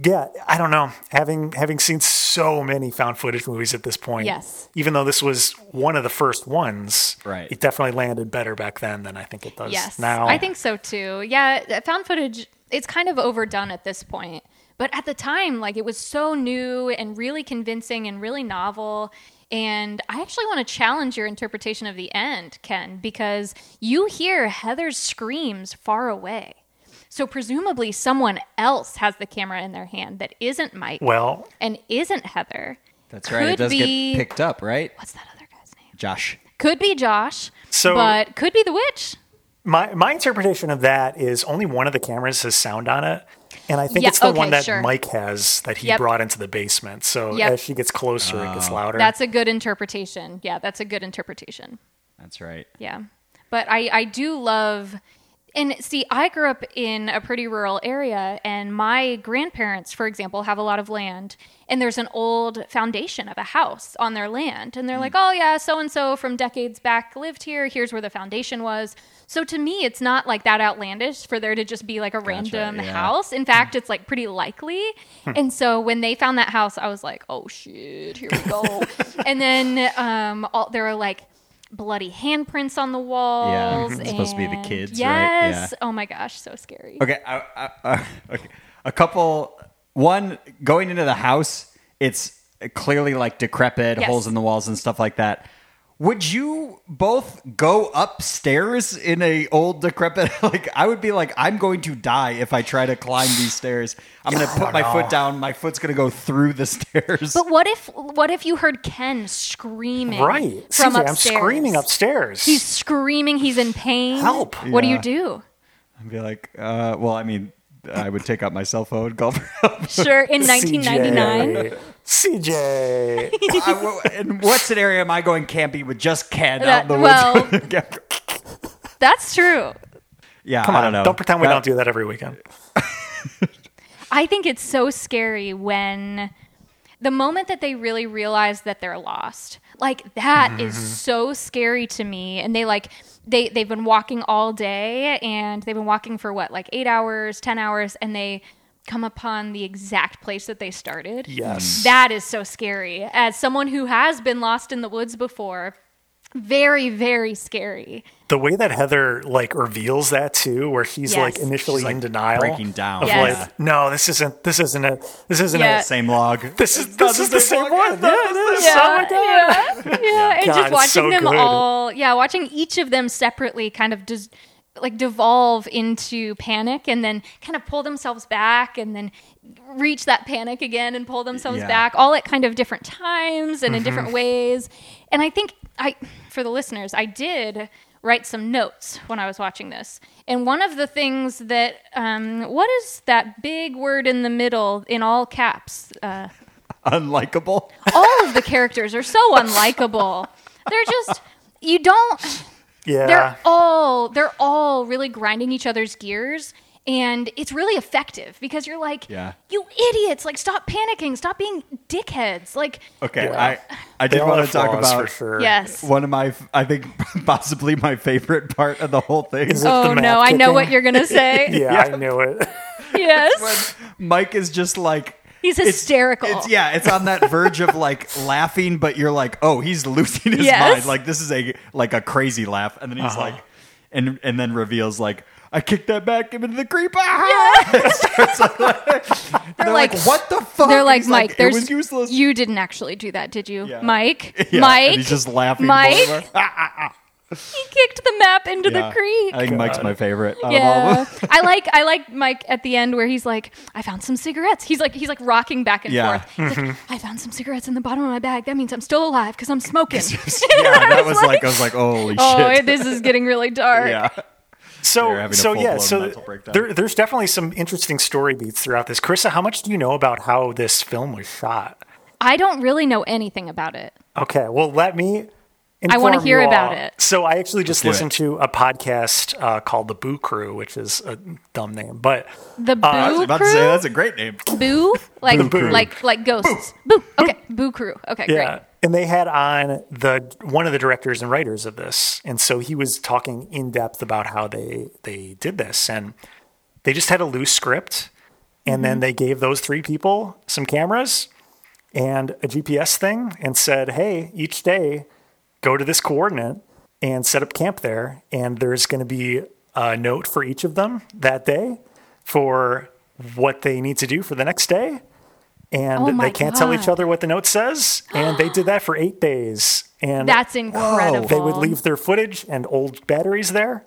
Speaker 2: yeah, I don't know. Having having seen so many found footage movies at this point,
Speaker 3: Yes.
Speaker 2: even though this was one of the first ones,
Speaker 1: Right.
Speaker 2: it definitely landed better back then than I think it does
Speaker 3: Yes,
Speaker 2: now.
Speaker 3: I think so too. Yeah, that found footage. It's kind of overdone at this point, but at the time, like it was so new and really convincing and really novel. And I actually want to challenge your interpretation of the end, Ken, because you hear Heather's screams far away. So presumably, someone else has the camera in their hand that isn't Mike
Speaker 2: Well,
Speaker 3: and isn't Heather.
Speaker 1: That's right. It
Speaker 3: Could
Speaker 1: does
Speaker 3: be-
Speaker 1: get picked up, right?
Speaker 3: What's that other guy's name?
Speaker 1: Josh.
Speaker 3: Could be Josh.
Speaker 2: So-
Speaker 3: but could be the witch.
Speaker 2: my my interpretation of that is only one of the cameras has sound on it, And I think
Speaker 3: Yeah,
Speaker 2: it's the
Speaker 3: okay,
Speaker 2: one that
Speaker 3: sure.
Speaker 2: Mike has that he
Speaker 3: Yep.
Speaker 2: brought into the basement. So
Speaker 3: Yep.
Speaker 2: as she gets closer, it
Speaker 1: Oh.
Speaker 2: gets louder.
Speaker 3: That's a good interpretation. Yeah, that's a good interpretation.
Speaker 1: That's right.
Speaker 3: Yeah. But I, I do love and see, I grew up in a pretty rural area, and my grandparents, for example, have a lot of land. And there's an old foundation of a house on their land. And they're like, oh, yeah, so and so from decades back lived here. Here's where the foundation was. So to me, it's not like that outlandish for there to just be like a random
Speaker 1: yeah.
Speaker 3: house. In fact, it's like pretty likely.
Speaker 1: Hmm.
Speaker 3: and so when they found that house, I was like, oh, shit, here we go. and then um, all, there were like, bloody handprints on the walls
Speaker 1: Mhm. It's supposed to be the
Speaker 3: and-
Speaker 1: kids, right?
Speaker 3: yes.
Speaker 1: Yeah.
Speaker 3: Oh my gosh, so scary.
Speaker 1: Okay, I, I, I, okay. A couple. One going into the house, it's clearly like decrepit,
Speaker 3: Yes.
Speaker 1: holes in the walls and stuff like that. Would you both go upstairs in a old decrepit? Like I would be like, I'm going to die if I try to climb these stairs. I'm going to put my foot down. My foot's going to go through the stairs.
Speaker 3: But what if what if you heard Ken screaming
Speaker 2: right.
Speaker 3: from
Speaker 2: CJ, I'm
Speaker 3: upstairs?
Speaker 2: screaming upstairs.
Speaker 3: He's screaming. He's in pain.
Speaker 2: Help.
Speaker 3: What
Speaker 1: Yeah.
Speaker 3: do you do?
Speaker 1: I'd be like, uh, well, I mean, I would take out my cell phone, call for help.
Speaker 3: Sure, in 1999.
Speaker 2: CJ. CJ.
Speaker 1: I w in what scenario am I going camping with just Ken out in
Speaker 3: That-
Speaker 1: the
Speaker 3: well-
Speaker 1: woods? with Ken?
Speaker 3: That's true.
Speaker 1: yeah,
Speaker 2: Come
Speaker 1: I
Speaker 2: on.
Speaker 1: don't
Speaker 2: Don't,
Speaker 1: know.
Speaker 2: pretend we
Speaker 1: That- Hmm.
Speaker 2: don't do that every weekend.
Speaker 3: I think it's so scary when the moment that they really realize that they're lost. Like that is so scary to me and they like they they've been walking all day and they've been walking for what like 8 hours, 10 hours and they come upon the exact place that they started.
Speaker 2: Yes.
Speaker 3: That is so scary. As someone who has been lost in the woods before, very very scary.
Speaker 2: the way that Heather like reveals that too, where he's
Speaker 3: Yes.
Speaker 2: like initially
Speaker 1: She's, like,
Speaker 2: in denial,
Speaker 1: breaking down.
Speaker 2: of
Speaker 3: Yes.
Speaker 2: like, no, this isn't, this isn't it, this isn't
Speaker 3: Yeah.
Speaker 2: it.
Speaker 1: Same log.
Speaker 2: This is this is the same one. Yeah, this is oh my God.
Speaker 3: Yeah, yeah. and
Speaker 2: God,
Speaker 3: just
Speaker 2: it's
Speaker 3: watching
Speaker 2: so
Speaker 3: them
Speaker 2: good.
Speaker 3: all, yeah, watching each of them separately kind of just like devolve into panic and then kind of pull themselves back and then reach that panic again and pull themselves
Speaker 1: Yeah.
Speaker 3: back all at kind of different times
Speaker 2: Mm-hmm.
Speaker 3: and in different ways. And I think I for the listeners, I did write some notes when I was watching this. And one of the things that um, what is that big word in the middle in all caps? Uh,
Speaker 1: Unlikable.
Speaker 3: all of the characters are so unlikable. They're just you don't
Speaker 2: Yeah,
Speaker 3: they're all they're all really grinding each other's gears and it's really effective because you're like
Speaker 1: Yeah.
Speaker 3: you idiots like stop panicking stop being dickheads like
Speaker 1: Okay,
Speaker 2: Yeah.
Speaker 1: I I
Speaker 2: They
Speaker 1: did
Speaker 2: all
Speaker 1: want
Speaker 2: have
Speaker 1: to talk
Speaker 2: flaws
Speaker 1: about
Speaker 2: for sure.
Speaker 3: yes
Speaker 1: one of my I think possibly my favorite part of the whole thing.
Speaker 2: Is it the
Speaker 3: oh
Speaker 2: map
Speaker 3: no i know what
Speaker 2: kicking?
Speaker 3: you're gonna say
Speaker 2: Yeah, I knew it.
Speaker 3: yes
Speaker 1: Mike is just like
Speaker 3: he's
Speaker 1: it's-
Speaker 3: hysterical
Speaker 1: It's, yeah, it's on that verge of like laughing, but you're like, oh, he's losing his
Speaker 3: Yes.
Speaker 1: mind. Like this is a like a crazy laugh, and then he's
Speaker 2: Uh-huh.
Speaker 1: like, and and then reveals like, I kicked that back into the creep. Ah! Starts like- they're, like,
Speaker 3: like-
Speaker 1: what the fuck?
Speaker 3: They're
Speaker 1: And
Speaker 3: like,
Speaker 1: he's
Speaker 3: Mike,
Speaker 1: it
Speaker 3: there's
Speaker 1: was useless.
Speaker 3: you didn't actually do that, did you?
Speaker 1: Yeah.
Speaker 3: Mike?
Speaker 1: Yeah,
Speaker 3: Mike?
Speaker 1: and he's just laughing.
Speaker 3: Mike?
Speaker 1: Baltimore.
Speaker 3: He kicked the map into
Speaker 1: Yeah.
Speaker 3: the creek.
Speaker 1: I think Mike's my favorite. out of all of
Speaker 3: Yeah,
Speaker 1: them.
Speaker 3: I like I like Mike at the end where he's like, I found some cigarettes. He's like he's like rocking back and
Speaker 1: Yeah. Mm-hmm.
Speaker 3: forth. He's like, I found some cigarettes in the bottom of my bag. That means I'm still alive because I'm smoking.
Speaker 1: yeah, that was like, I was like, holy
Speaker 3: oh,
Speaker 1: shit.
Speaker 3: this is getting really dark.
Speaker 1: yeah. They're
Speaker 2: So
Speaker 1: having a
Speaker 2: so yeah,
Speaker 1: full-blown
Speaker 2: so
Speaker 1: mental breakdown.
Speaker 2: there, there's definitely some interesting story beats throughout this. Carissa, how much do you know about how this film was shot?
Speaker 3: I don't really know anything about it.
Speaker 2: Okay, well, let me.
Speaker 3: I wanna
Speaker 2: inform
Speaker 3: hear
Speaker 2: you all.
Speaker 3: about it.
Speaker 2: So I actually just
Speaker 1: do it.
Speaker 2: listened to a podcast uh, called The Boo Crew, which is a dumb name, but
Speaker 3: The Boo
Speaker 1: Uh, I was
Speaker 3: Crew,
Speaker 1: about to say, that's a great name.
Speaker 3: Boo, like
Speaker 2: Boo Crew.
Speaker 3: like like ghosts. Boo. Okay, Boo Crew. Okay,
Speaker 2: yeah.
Speaker 3: great.
Speaker 2: And they had on the one of the directors and writers of this, and so he was talking in depth about how they they did this, and they just had a loose script, and
Speaker 3: Mm-hmm.
Speaker 2: then they gave those three people some cameras and a GPS thing, and said, "Hey, each day, go to this coordinate and set up camp there, and there's going to be a note for each of them that day for what they need to do for the next day." And
Speaker 3: Oh my
Speaker 2: they can't tell each
Speaker 3: God.
Speaker 2: other what the note says, and they did that for eight days. And
Speaker 3: That's incredible.
Speaker 2: they would leave their footage and old batteries there,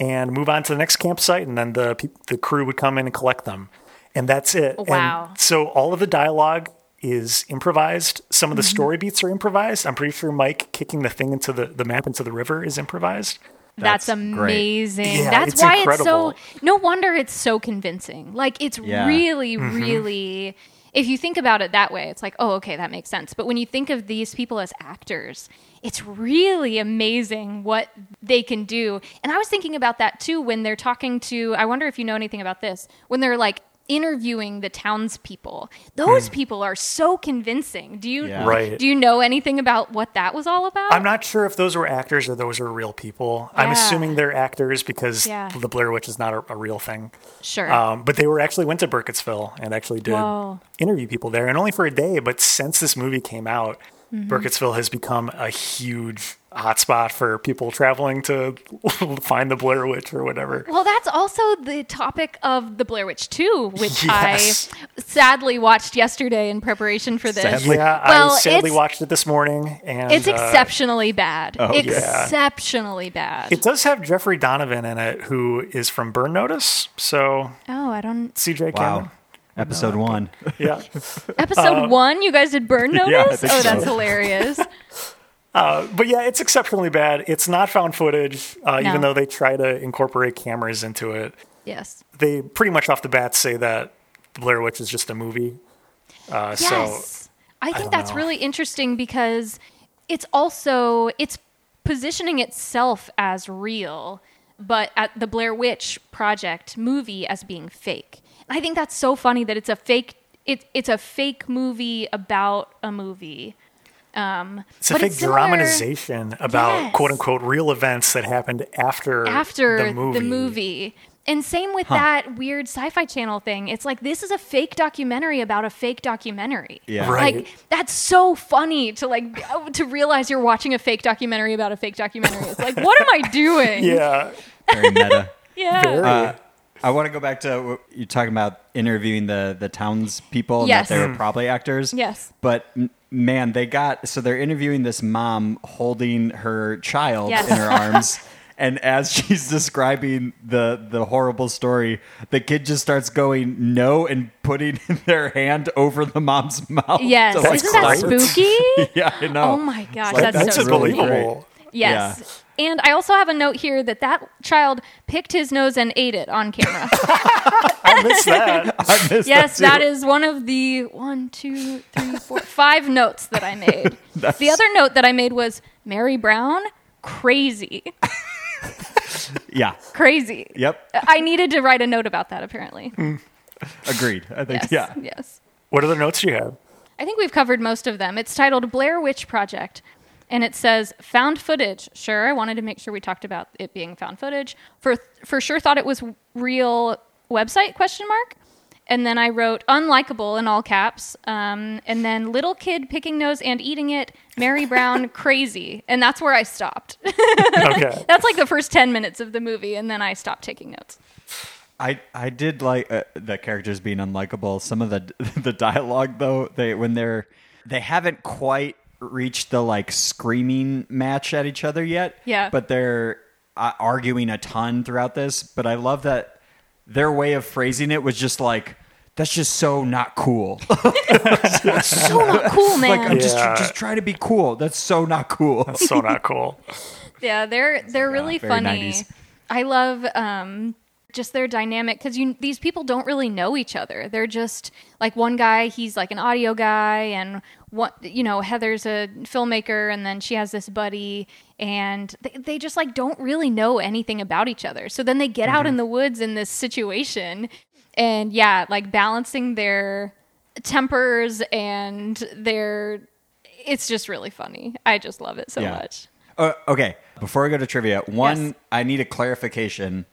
Speaker 2: and move on to the next campsite, and then the peop- the crew would come in and collect them, and that's it. And
Speaker 3: Wow.
Speaker 2: so all of the dialogue is improvised. Some
Speaker 3: Mm-hmm.
Speaker 2: of the story beats are improvised. I'm pretty sure Mike kicking the thing into the, the map into the river is improvised.
Speaker 3: That's,
Speaker 1: That's great.
Speaker 3: amazing.
Speaker 2: Yeah,
Speaker 3: That's
Speaker 2: it's
Speaker 3: why
Speaker 2: incredible.
Speaker 3: it's so no wonder it's so convincing. Like it's
Speaker 1: Yeah.
Speaker 3: really
Speaker 2: Mm-hmm.
Speaker 3: really if you think about it that way, it's like, "Oh, okay, that makes sense." But when you think of these people as actors, it's really amazing what they can do. And I was thinking about that too when they're talking to I wonder if you know anything about this. When they're like interviewing the townspeople. Those people are so convincing. Do you
Speaker 1: Yeah.
Speaker 2: Hmm. Right.
Speaker 3: do you know anything about what that was all about?
Speaker 2: I'm not sure if those were actors or those were real people. I'm
Speaker 3: Yeah.
Speaker 2: assuming they're actors because
Speaker 3: Yeah.
Speaker 2: the Blair Witch is not a, a real thing.
Speaker 3: sure.
Speaker 2: Um, but they were actually went to Burkittsville and actually did
Speaker 3: Whoa.
Speaker 2: interview people there, and only for a day. But since this movie came out,
Speaker 3: Mm-hmm.
Speaker 2: Burkittsville has become a huge hotspot for people traveling to find the Blair Witch or whatever.
Speaker 3: Well, that's also the topic of the Blair Witch 2, which
Speaker 2: Yes.
Speaker 3: I sadly watched yesterday in preparation for this.
Speaker 1: Sadly.
Speaker 2: Yeah,
Speaker 3: Well,
Speaker 2: I sadly
Speaker 3: it's-
Speaker 2: watched it this morning, and
Speaker 3: It's
Speaker 2: uh,
Speaker 3: exceptionally bad.
Speaker 1: Oh,
Speaker 2: yeah.
Speaker 3: exceptionally bad.
Speaker 2: It does have Jeffrey Donovan in it, who is from Burn Notice. So
Speaker 3: oh, I don't.
Speaker 2: CJ Cameron.
Speaker 1: Wow. Episode one.
Speaker 2: Yeah.
Speaker 3: Episode one, you guys did Burn Notice?
Speaker 1: Uh, I think
Speaker 3: oh,
Speaker 1: so.
Speaker 3: that's hilarious.
Speaker 2: But yeah, it's exceptionally bad. It's not found footage, uh,
Speaker 3: No.
Speaker 2: even though they try to incorporate cameras into it.
Speaker 3: yes.
Speaker 2: They pretty much off the bat say that The Blair Witch is just a movie. Uh, So
Speaker 3: Yes. I think
Speaker 2: don't
Speaker 3: that's
Speaker 2: know.
Speaker 3: really interesting because it's also it's positioning itself as real, but at the Blair Witch project movie as being fake. And I think that's so funny that it's a fake it, it's a fake movie about a movie. Um,
Speaker 2: it's a
Speaker 3: but
Speaker 2: big
Speaker 3: similar
Speaker 2: dramatization about
Speaker 3: Yes.
Speaker 2: quote unquote real events that happened after,
Speaker 3: after
Speaker 2: the movie.
Speaker 3: And same with that weird sci-fi channel thing. It's like this is a fake documentary about a fake documentary.
Speaker 1: Yeah.
Speaker 2: Right.
Speaker 3: Like that's so funny to like to realize you're watching a fake documentary about a fake documentary. It's like, what am I doing?
Speaker 2: Yeah.
Speaker 1: Very meta.
Speaker 3: Yeah.
Speaker 2: Very.
Speaker 1: Uh, I want to go back to what you're talking about interviewing the the townspeople.
Speaker 3: Yes.
Speaker 1: and that they were probably actors.
Speaker 3: Yes.
Speaker 1: but m- man, they got so they're interviewing this mom holding her child
Speaker 3: Yes.
Speaker 1: in her arms. And as she's describing the the horrible story, the kid just starts going no and putting their hand over the mom's mouth.
Speaker 3: Yes.
Speaker 1: to, like,
Speaker 3: Isn't
Speaker 1: cover
Speaker 3: that
Speaker 1: it.
Speaker 3: spooky?
Speaker 1: Yeah, I know.
Speaker 3: oh my gosh,
Speaker 1: like,
Speaker 3: that's,
Speaker 2: That's
Speaker 3: so
Speaker 1: really
Speaker 3: spooky.
Speaker 2: unbelievable.
Speaker 1: great.
Speaker 3: Yes. And I also have a note here that that child picked his nose and ate it on camera.
Speaker 2: I missed that.
Speaker 1: I missed
Speaker 3: yes,
Speaker 1: that,
Speaker 3: that
Speaker 1: too.
Speaker 3: is one of the one, two, three, four, five notes that I made. the other note that I made was Mary Brown, crazy,
Speaker 1: Yeah.
Speaker 3: crazy.
Speaker 1: Yep.
Speaker 3: I needed to write a note about that. Apparently,
Speaker 2: Mm,
Speaker 1: Agreed. I think.
Speaker 3: yes,
Speaker 1: Yeah.
Speaker 3: yes.
Speaker 2: what other notes do you have?
Speaker 3: I think we've covered most of them. It's titled Blair Witch Project, and it says found footage. Sure, I wanted to make sure we talked about it being found footage. For for sure, thought it was real website question mark. And then I wrote unlikable in all caps. Um, and then little kid picking nose and eating it. Mary Brown crazy, and that's where I stopped.
Speaker 2: Okay.
Speaker 3: that's like the first ten minutes of the movie, and then I stopped taking notes.
Speaker 1: I I did like uh, the characters being unlikable. Some of the the dialogue though, they when they're they haven't quite reached the like screaming match at each other yet.
Speaker 3: Yeah.
Speaker 1: but they're uh, arguing a ton throughout this. But I love that their way of phrasing it was just like. That's just so not cool.
Speaker 3: So not cool, man.
Speaker 1: like I'm just
Speaker 2: Yeah.
Speaker 1: just trying to be cool. That's so not cool.
Speaker 2: so not cool.
Speaker 3: Yeah, they're they're really
Speaker 1: uh, very
Speaker 3: funny.
Speaker 1: 90s.
Speaker 3: I love um, just their dynamic because you these people don't really know each other. They're just like one guy, he's like an audio guy, and what you know, Heather's a filmmaker, and then she has this buddy, and they, they just like don't really know anything about each other. So then they get out
Speaker 1: Mm-hmm.
Speaker 3: in the woods in this situation, and yeah, like balancing their tempers and their. It's just really funny. I just love it so
Speaker 1: Yeah.
Speaker 3: much.
Speaker 1: Uh, okay, before I go to trivia, one
Speaker 3: Yes.
Speaker 1: I need a clarification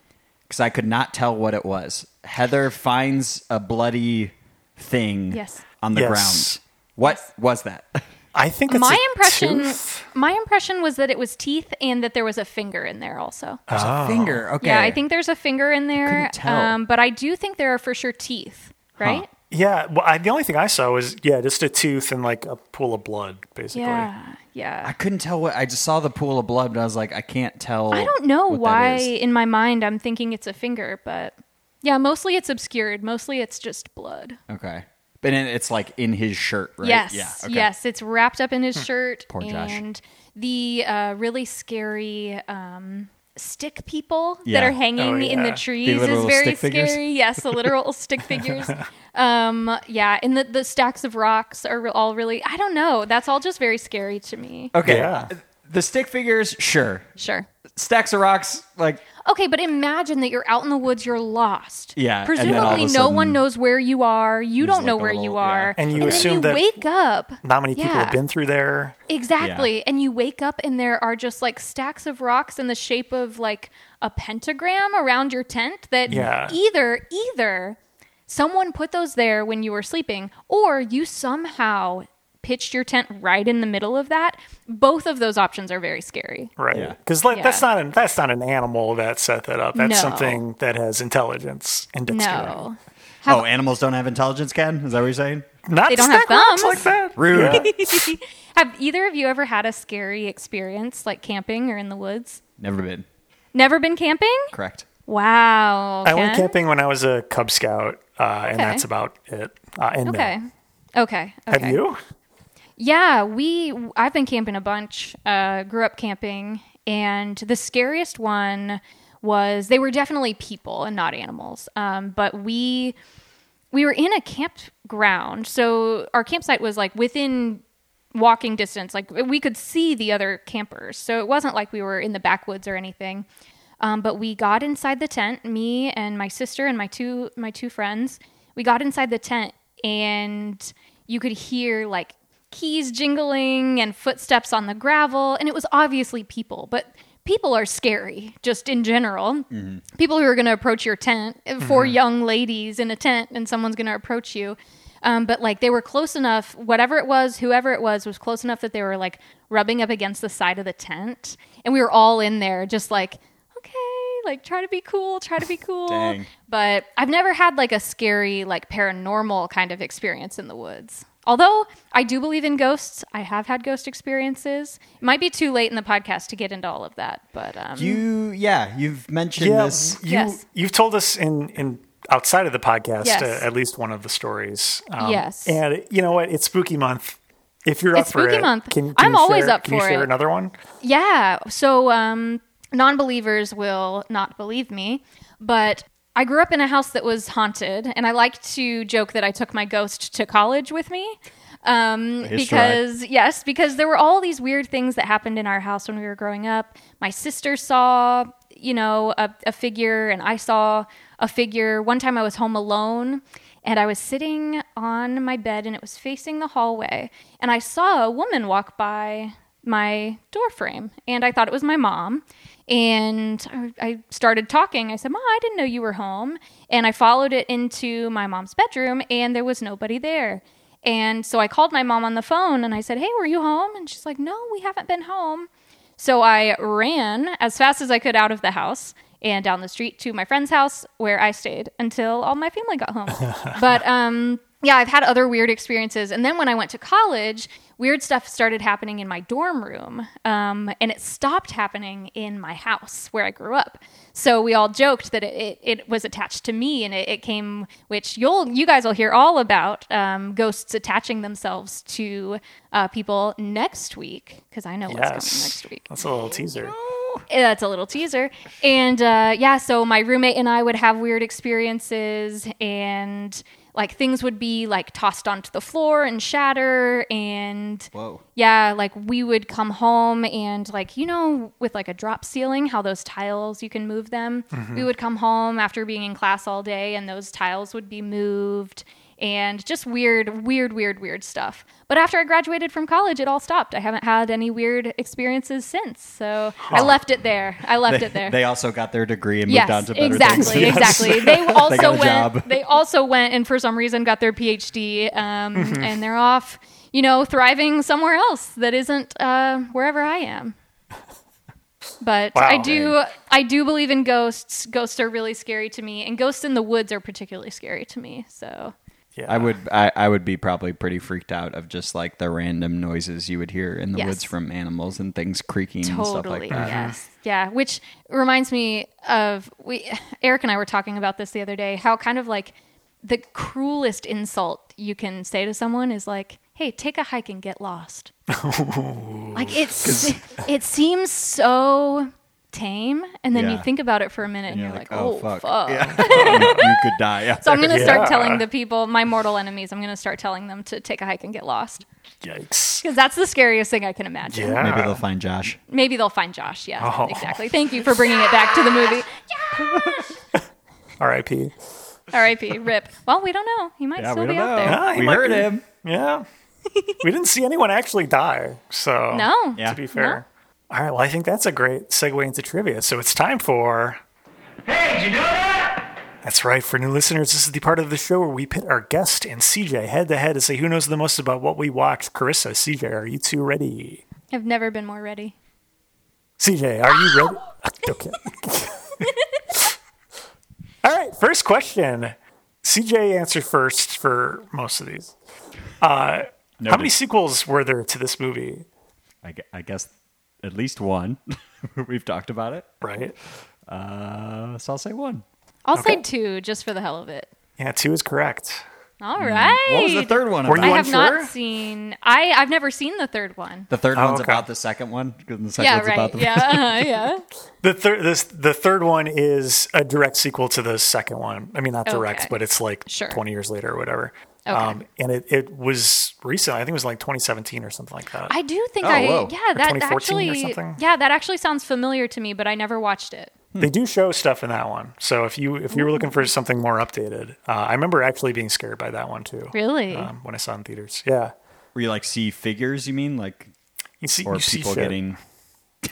Speaker 1: because I could not tell what it was. Heather finds a bloody thing
Speaker 3: Yes.
Speaker 1: on the
Speaker 2: Yes.
Speaker 1: ground. What was that?
Speaker 2: I think it's
Speaker 3: my
Speaker 2: a
Speaker 3: impression
Speaker 2: tooth.
Speaker 3: my impression was that it was teeth and that there was a finger in there also
Speaker 1: There's a finger. Okay.
Speaker 3: yeah i think there's a finger in there um,
Speaker 1: couldn't tell.
Speaker 3: but i do think there are for sure teeth right
Speaker 2: Yeah, well, I, the only thing I saw was yeah, just a tooth and like a pool of blood, basically.
Speaker 3: yeah yeah
Speaker 1: I couldn't tell what I just saw the pool of blood, but I was like, I can't tell.
Speaker 3: i don't know
Speaker 1: what that
Speaker 3: why
Speaker 1: is.
Speaker 3: in my mind i'm thinking it's a finger but yeah mostly it's obscured mostly it's just blood
Speaker 1: Okay, but then it's like in his shirt, right?
Speaker 3: Yes,
Speaker 1: Yeah. Okay. Hmm.
Speaker 3: yes, it's wrapped up in his shirt.
Speaker 1: Poor Josh.
Speaker 3: And the uh, really scary um, stick people
Speaker 1: Yeah.
Speaker 3: that are hanging
Speaker 2: Oh,
Speaker 3: in the
Speaker 2: yeah.
Speaker 1: The
Speaker 3: trees is
Speaker 1: literal
Speaker 3: very
Speaker 1: stick figures?
Speaker 3: scary. Yes, the literal stick figures. Um, yeah, and the, the stacks of rocks are re- all really, I don't know. That's all just very scary to me.
Speaker 1: Okay.
Speaker 2: Yeah.
Speaker 1: The stick figures, sure.
Speaker 3: Sure.
Speaker 1: Stacks of rocks, like
Speaker 3: Okay, but imagine that you're out in the woods, you're lost.
Speaker 1: Yeah, and then all of a
Speaker 3: Presumably, no one
Speaker 1: sudden-
Speaker 3: knows where you are. You don't
Speaker 1: like
Speaker 3: know
Speaker 1: a
Speaker 3: where you
Speaker 1: little-
Speaker 3: are.
Speaker 1: yeah.
Speaker 2: And you
Speaker 3: then
Speaker 2: assume
Speaker 3: you
Speaker 2: that-
Speaker 3: wake up.
Speaker 2: Not many people have
Speaker 3: Yeah.
Speaker 2: been through there.
Speaker 3: Exactly. And you wake up and there are just like stacks of rocks in the shape of like a pentagram around your tent that
Speaker 2: Yeah.
Speaker 3: either either someone put those there when you were sleeping or you somehow pitched your tent right in the middle of that. Both of those options are very scary.
Speaker 1: Yeah.
Speaker 2: Right. Because like,
Speaker 3: Yeah.
Speaker 2: that's not an that's not an animal that set that up. That's
Speaker 3: No.
Speaker 2: something that has intelligence and dexterity.
Speaker 3: No.
Speaker 1: oh, animals don't have intelligence, Ken? Is that what you're saying?
Speaker 2: Not
Speaker 3: They don't
Speaker 2: stack
Speaker 3: have
Speaker 2: rocks
Speaker 3: thumbs.
Speaker 2: like that.
Speaker 1: Rude.
Speaker 2: Yeah.
Speaker 3: Have either of you ever had a scary experience like camping or in the woods?
Speaker 1: Never been.
Speaker 3: Never been camping?
Speaker 1: Correct.
Speaker 3: Wow.
Speaker 2: I went
Speaker 3: Ken?
Speaker 2: camping when I was a Cub Scout, uh, and
Speaker 3: Okay.
Speaker 2: that's about it. Uh, and no.
Speaker 3: Okay. Okay.
Speaker 2: Have
Speaker 3: okay.
Speaker 2: you?
Speaker 3: Yeah, we I've been camping a bunch. Uh, grew up camping, and the scariest one was they were definitely people and not animals. Um, but we we were in a campground, so our campsite was like within walking distance. Like we could see the other campers, so it wasn't like we were in the backwoods or anything. Um, but we got inside the tent, me and my sister and my two my two friends. We got inside the tent, and you could hear like keys jingling and footsteps on the gravel, and it was obviously people. But people are scary, just in general. People who are going to approach your tent, 4 young ladies in a tent, and someone's going to approach you. Um, but like they were close enough, whatever it was, whoever it was, was close enough that they were like rubbing up against the side of the tent, and we were all in there, just like okay, like try to be cool, try to be cool.
Speaker 1: Dang.
Speaker 3: But I've never had like a scary, like paranormal kind of experience in the woods. Although I do believe in ghosts, I have had ghost experiences. It might be too late in the podcast to get into all of that, but um,
Speaker 1: You yeah, you've mentioned this.
Speaker 2: you
Speaker 3: Yes.
Speaker 2: you've told us in in outside of the podcast
Speaker 3: Yes.
Speaker 2: uh, at least one of the stories. Um,
Speaker 3: Yes.
Speaker 2: and you know what? It's spooky month. If you're
Speaker 3: It's
Speaker 2: up for
Speaker 3: spooky
Speaker 2: it,
Speaker 3: month.
Speaker 2: Can, can
Speaker 3: I'm
Speaker 2: you
Speaker 3: always
Speaker 2: share-
Speaker 3: up
Speaker 2: can you
Speaker 3: for
Speaker 2: share
Speaker 3: it.
Speaker 2: Another one.
Speaker 3: Yeah. So um, non believers will not believe me, but I grew up in a house that was haunted, and I like to joke that I took my ghost to college with me. Um,
Speaker 1: Nice
Speaker 3: because yes, because there were all these weird things that happened in our house when we were growing up. My sister saw, you know, a, a figure, and I saw a figure. One time I was home alone, and I was sitting on my bed, and it was facing the hallway, and I saw a woman walk by my door frame and I thought it was my mom. And I, I started talking. I said, Mom, I didn't know you were home. And I followed it into my mom's bedroom and there was nobody there. And so I called my mom on the phone and I said, Hey, were you home? And she's like, No, we haven't been home. So I ran as fast as I could out of the house and down the street to my friend's house where I stayed until all my family got home. but um, yeah, I've had other weird experiences. And then when I went to college, weird stuff started happening in my dorm room. Um, and it stopped happening in my house where I grew up. So we all joked that it, it, it was attached to me and it, it came, which you'll, you guys will hear all about um, ghosts attaching themselves to uh, people next week, because I know what's coming
Speaker 2: Yes.
Speaker 3: next week.
Speaker 2: That's a little teaser.
Speaker 3: Eh, That's a little teaser. And uh, yeah, so my roommate and I would have weird experiences, and like things would be like tossed onto the floor and shatter. And
Speaker 1: Whoa.
Speaker 3: yeah, like we would come home and like you know with like a drop ceiling, how those tiles you can move them.
Speaker 1: Mm-hmm.
Speaker 3: We would come home after being in class all day, and those tiles would be moved. And just weird, weird, weird, weird stuff. But after I graduated from college, it all stopped. I haven't had any weird experiences since. So I left it there. I left it there
Speaker 1: They also got their degree and moved on to better
Speaker 3: exactly,
Speaker 1: things.
Speaker 3: Exactly, They also
Speaker 1: got a
Speaker 3: went.
Speaker 1: job.
Speaker 3: They also went and for some reason got their PhD, um,
Speaker 1: Mm-hmm.
Speaker 3: and they're off, you know, thriving somewhere else that isn't uh, wherever I am. But
Speaker 2: Wow.
Speaker 3: I do, I do believe in ghosts. Ghosts are really scary to me, and ghosts in the woods are particularly scary to me. So
Speaker 2: Yeah.
Speaker 1: I would I, I would be probably pretty freaked out of just like the random noises you would hear in the
Speaker 3: Yes.
Speaker 1: woods from animals and things creaking and stuff
Speaker 3: totally
Speaker 1: like that.
Speaker 3: yes Mm-hmm. yeah which reminds me of we eric and i were talking about this the other day how kind of like the cruelest insult you can say to someone is like hey take a hike and get lost like it's it seems so tame, and then you
Speaker 1: Yeah.
Speaker 3: think about it for a minute, and, you're, like, oh, fuck.
Speaker 1: Yeah. you could die. out
Speaker 3: So I'm gonna
Speaker 2: Yeah.
Speaker 3: start telling the people, my mortal enemies, I'm gonna start telling them to take a hike and get lost
Speaker 2: Yikes.
Speaker 3: because that's the scariest thing I can imagine.
Speaker 1: there.
Speaker 2: Yeah.
Speaker 1: Maybe they'll find Josh.
Speaker 3: Maybe they'll find Josh. Yeah,
Speaker 2: Oh.
Speaker 3: exactly. Thank you for bringing it back to the movie.
Speaker 2: R.I.P.
Speaker 3: R.I.P. Rip. Well, we don't know. He might
Speaker 1: Yeah,
Speaker 3: still
Speaker 1: we
Speaker 3: be
Speaker 1: don't
Speaker 3: out
Speaker 1: know.
Speaker 3: there.
Speaker 2: Ah, he
Speaker 1: we
Speaker 2: might
Speaker 1: heard
Speaker 2: be.
Speaker 1: him.
Speaker 2: Yeah. we didn't see anyone actually die. So,
Speaker 3: No.
Speaker 1: Yeah.
Speaker 2: to be fair. All right. Well, I think that's a great segue into trivia. So it's time for. Hey, did you know that? That's right. For new listeners, this is the part of the show where we pit our guest and CJ head to head to say who knows the most about what we watch. Carissa, CJ, are you two ready?
Speaker 3: I've never been more ready.
Speaker 2: CJ, are you ready? Okay. All right, first question. CJ answered first for most of these.
Speaker 1: No,
Speaker 2: How many sequels were there to this movie?
Speaker 1: I, gue- I guess at least one. We've talked about it.
Speaker 2: Right?
Speaker 1: Uh, so I'll say one.
Speaker 3: I'll say two just for the hell of it.
Speaker 2: Yeah, two is correct.
Speaker 3: All right.
Speaker 1: Mm. What was the third one?
Speaker 2: Were
Speaker 1: about?
Speaker 3: I
Speaker 2: you
Speaker 3: have
Speaker 2: unsure?
Speaker 3: not seen. I I've never seen the third one.
Speaker 1: the third
Speaker 2: Oh,
Speaker 1: one's
Speaker 2: okay.
Speaker 1: about the second one. 'cause The second
Speaker 3: Yeah.
Speaker 1: one's about
Speaker 3: Right.
Speaker 1: the
Speaker 3: Yeah. uh-huh, yeah.
Speaker 2: The third this the third one is a direct sequel to the second one. I mean not direct,
Speaker 3: Okay.
Speaker 2: but it's like
Speaker 3: Sure.
Speaker 2: 20 years later or whatever. Um,
Speaker 3: Okay.
Speaker 2: and it, it was recent. I think it was like 2017 or something like that.
Speaker 3: I do think
Speaker 1: Oh,
Speaker 3: I.
Speaker 1: whoa.
Speaker 3: Yeah. That
Speaker 2: 2014 or
Speaker 3: actually.
Speaker 2: something?
Speaker 3: Yeah. That actually sounds familiar to me, but I never watched it.
Speaker 2: They do show stuff in that one. So if you if you were looking for something more updated, uh, I remember actually being scared by that one too.
Speaker 3: Really?
Speaker 2: Um, when I saw it in theaters, yeah.
Speaker 1: Where you like see figures, you mean? Like,
Speaker 2: You see,
Speaker 1: or
Speaker 2: you see
Speaker 1: people
Speaker 2: shit.
Speaker 1: getting.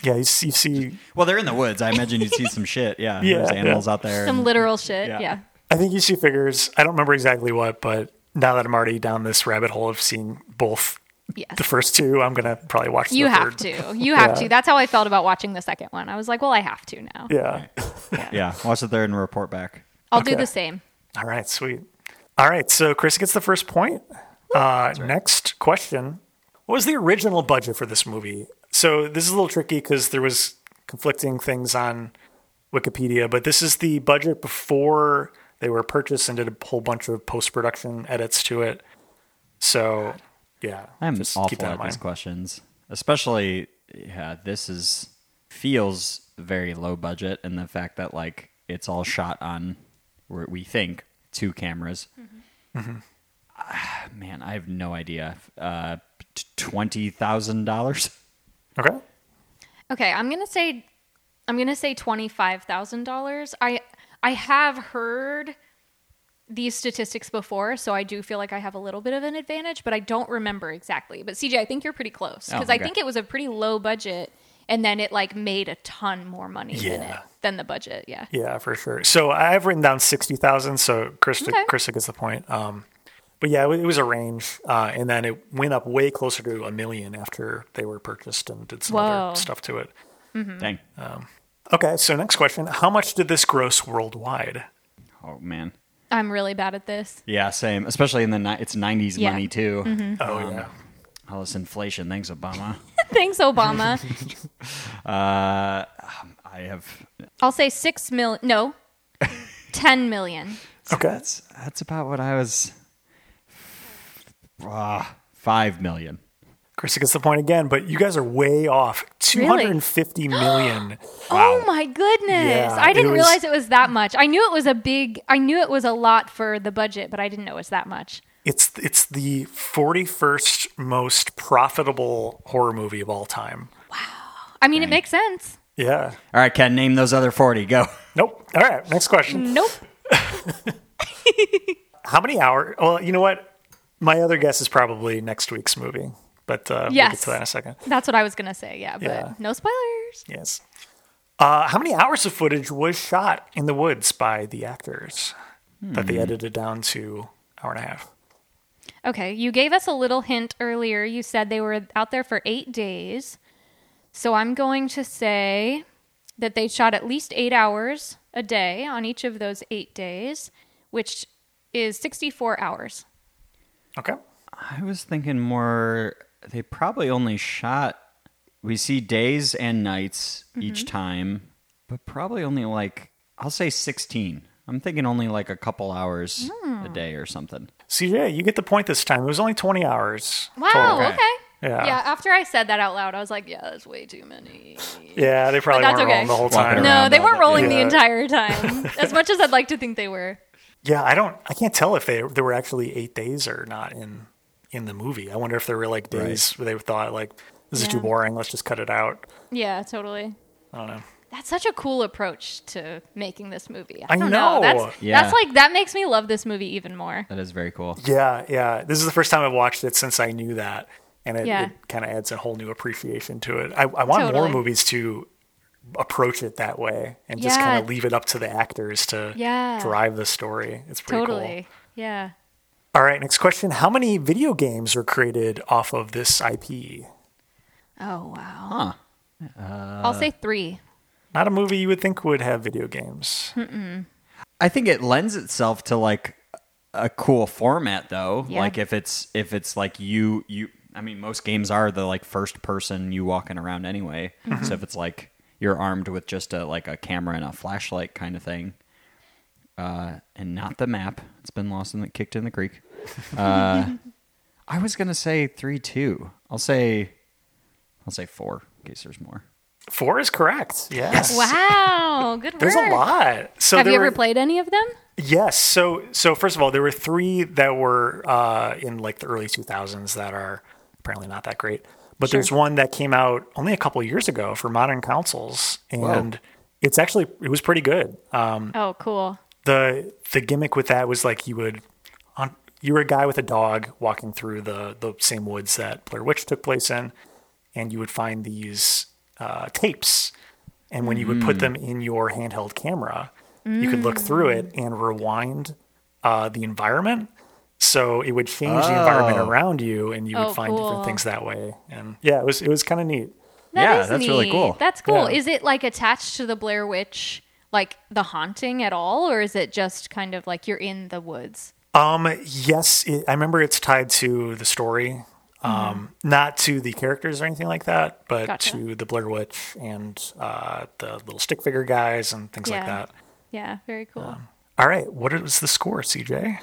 Speaker 2: yeah. You see, you see,
Speaker 1: Well, they're in the woods. I imagine you'd see some shit. Yeah.
Speaker 2: Yeah,
Speaker 1: There's
Speaker 2: yeah.
Speaker 1: animals out there.
Speaker 3: Some
Speaker 1: and-
Speaker 3: literal shit.
Speaker 1: Yeah.
Speaker 3: Yeah.
Speaker 2: I think you see figures. I don't remember exactly what, but now that I'm already down this rabbit hole of seeing both
Speaker 3: Yes.
Speaker 2: the first two, I'm gonna probably watch.
Speaker 3: you
Speaker 2: the
Speaker 3: have
Speaker 2: third.
Speaker 3: to. You have
Speaker 2: Yeah.
Speaker 3: to. That's how I felt about watching the second one. I was like, well, I have to now.
Speaker 2: Yeah.
Speaker 1: yeah. Watch the third and report back.
Speaker 3: I'll do
Speaker 2: Okay.
Speaker 3: the same.
Speaker 2: All right. Sweet. All right. So Chris gets the first point. Uh, Next question: What was the original budget for this movie? So this is a little tricky because there was conflicting things on Wikipedia, but this is the budget before they were purchased and did a whole bunch of post production edits to it. So yeah,
Speaker 1: I'm
Speaker 2: just
Speaker 1: awful
Speaker 2: keep that in
Speaker 1: at these
Speaker 2: mind.
Speaker 1: questions, especially yeah. This is feels very low budget, and the fact that like it's all shot on or we think two cameras.
Speaker 2: Mm-hmm.
Speaker 1: Ah, man, I have no idea. Uh, t- Twenty thousand dollars.
Speaker 2: Okay.
Speaker 3: Okay, I'm gonna say, I'm gonna say twenty five thousand dollars. I I have heard these statistics before, so I do feel like I have a little bit of an advantage, but I don't remember exactly. But CJ, I think you're pretty close
Speaker 1: Oh,
Speaker 3: because I
Speaker 1: okay.
Speaker 3: think it was a pretty low budget, and then it like made a ton more money than it
Speaker 2: Yeah.
Speaker 3: than the budget. Yeah.
Speaker 2: Yeah, for sure. So I've written down sixty thousand. So Krista,
Speaker 3: Okay.
Speaker 2: Krista gets the point. Um, but yeah, it wa- it was a range, uh, and then it went up way closer to a million after they were purchased and did some
Speaker 3: Whoa.
Speaker 2: other stuff to it.
Speaker 1: Dang.
Speaker 2: Okay, so next question: How much did this gross worldwide?
Speaker 1: Oh man.
Speaker 3: I'm really bad at this.
Speaker 1: Yeah, same. Especially in the ni- it's '90s
Speaker 3: Yeah.
Speaker 1: money too. Um,
Speaker 2: Oh yeah,
Speaker 1: All this inflation. Thanks, Obama.
Speaker 3: Thanks, Obama.
Speaker 1: uh, I have.
Speaker 3: I'll say six mil. No, ten million.
Speaker 2: Okay.
Speaker 1: that's that's about what I was. Ah, five million.
Speaker 2: Krista gets the point again. But you guys are way off. Two hundred and fifty million.
Speaker 3: Oh my goodness.
Speaker 2: Yeah,
Speaker 3: I didn't
Speaker 2: it was-
Speaker 3: realize it was that much. I knew it was a big I knew it was a lot for the budget, but I didn't know it was that much.
Speaker 2: It's it's the forty first most profitable horror movie of all time.
Speaker 3: I mean, it makes sense.
Speaker 2: Yeah.
Speaker 1: All right, Ken, name those other forty. Go.
Speaker 2: Nope. All right. Next question.
Speaker 3: Nope.
Speaker 2: How many hours? Well, you know what? My other guess is probably next week's movie, but uh, we'll get
Speaker 3: Yes.
Speaker 2: to that in a second.
Speaker 3: That's what I was going to say. Yeah, but
Speaker 2: Yeah.
Speaker 3: no spoilers.
Speaker 2: Yes. Uh, how many hours of footage was shot in the woods by the actors that
Speaker 3: Hmm.
Speaker 2: they edited down to hour and a half?
Speaker 3: Okay, you gave us a little hint earlier. You said they were out there for 8 days. So I'm going to say that they shot at least 8 hours a day on each of those 8 days, which is 64 hours.
Speaker 2: Okay.
Speaker 1: I was thinking more. They probably only shot. We see days and nights each time, but probably only like I'll say sixteen. I'm thinking only like a couple hours a day or something.
Speaker 2: CJ, you get the point this time. It was only 20 hours.
Speaker 3: Wow,
Speaker 2: total.
Speaker 1: Okay.
Speaker 3: okay.
Speaker 2: Yeah.
Speaker 3: Yeah, after I said that out loud, I was like, yeah, that's way too many.
Speaker 2: Yeah, they probably
Speaker 3: But that's
Speaker 2: weren't
Speaker 3: okay.
Speaker 2: rolling the whole
Speaker 1: Walking
Speaker 2: time.
Speaker 1: around.
Speaker 3: No, they
Speaker 1: all
Speaker 3: weren't
Speaker 1: the-
Speaker 3: rolling the
Speaker 2: Yeah.
Speaker 3: entire time, as much as I'd like to think they were.
Speaker 2: Yeah, I don't. I can't tell if they there were actually eight days or not in in the movie. I wonder if there were like days where they thought like this is too
Speaker 3: Yeah.
Speaker 2: boring. Let's just cut it out.
Speaker 3: Yeah, totally.
Speaker 2: I don't know.
Speaker 3: That's such a cool approach to making this movie. I,
Speaker 2: I
Speaker 3: don't
Speaker 2: know.
Speaker 3: know. That's
Speaker 1: Yeah.
Speaker 3: that's like that makes me love this movie even more.
Speaker 1: That is very cool.
Speaker 2: Yeah, yeah. This is the first time I've watched it since I knew that, and it,
Speaker 3: Yeah.
Speaker 2: it kind of adds a whole new appreciation to it. I, I want more
Speaker 3: Totally.
Speaker 2: movies to approach it that way and just
Speaker 3: Yeah.
Speaker 2: kind of leave it up to the actors to
Speaker 3: Yeah.
Speaker 2: drive the story. It's pretty cool.
Speaker 3: Totally. Yeah.
Speaker 2: All right, next question. How many video games were created off of this IP?
Speaker 3: Oh wow.
Speaker 1: Huh.
Speaker 3: I'll say three.
Speaker 2: Not a movie you would think would have video games.
Speaker 3: Hmm.
Speaker 1: I think it lends itself to like a cool format though.
Speaker 3: Yeah.
Speaker 1: Like if it's if it's like you you I mean most games are the like first person you walking around anyway. So if it's like you're armed with just a like a camera and a flashlight kind of thing. Uh, and not the map. It's been lost and kicked in the creek. Uh, I was gonna say three two. I'll say I'll say four in case there's more.
Speaker 2: Four is correct. Yes.
Speaker 3: Wow. Good work.
Speaker 2: There's a lot. So
Speaker 3: Have you
Speaker 2: there
Speaker 3: ever
Speaker 2: were-
Speaker 3: played any of them?
Speaker 2: Yes. So so first of all, there were three that were uh, in like the early 2000s that are apparently not that great. But there's one that came out only a couple years ago for modern consoles, and it's actually it was pretty good. Um,
Speaker 3: Oh, cool.
Speaker 2: the the gimmick with that was like you would on you were a guy with a dog walking through the the same woods that Blair Witch took place in, and you would find these uh, tapes, and when you would put them in your handheld camera, you could look through it and rewind uh, the environment. So it would change the environment around you, and you would
Speaker 3: Oh,
Speaker 2: find
Speaker 3: cool.
Speaker 2: different things that way. And yeah, it was it was kind of neat.
Speaker 1: Yeah,
Speaker 3: That is
Speaker 1: that's really
Speaker 3: neat.
Speaker 1: cool.
Speaker 3: That's cool.
Speaker 2: Yeah.
Speaker 3: Is it like attached to the Blair Witch, like the haunting at all, or is it just kind of like you're in the woods?
Speaker 2: Um, yes, it, I remember it's tied to the story, um, not to the characters or anything like that, but
Speaker 3: Mm-hmm. Gotcha.
Speaker 2: to the Blair Witch and uh, the little stick figure guys and things
Speaker 3: Yeah.
Speaker 2: like that.
Speaker 3: Yeah, very cool.
Speaker 2: All right, what is the score, CJ?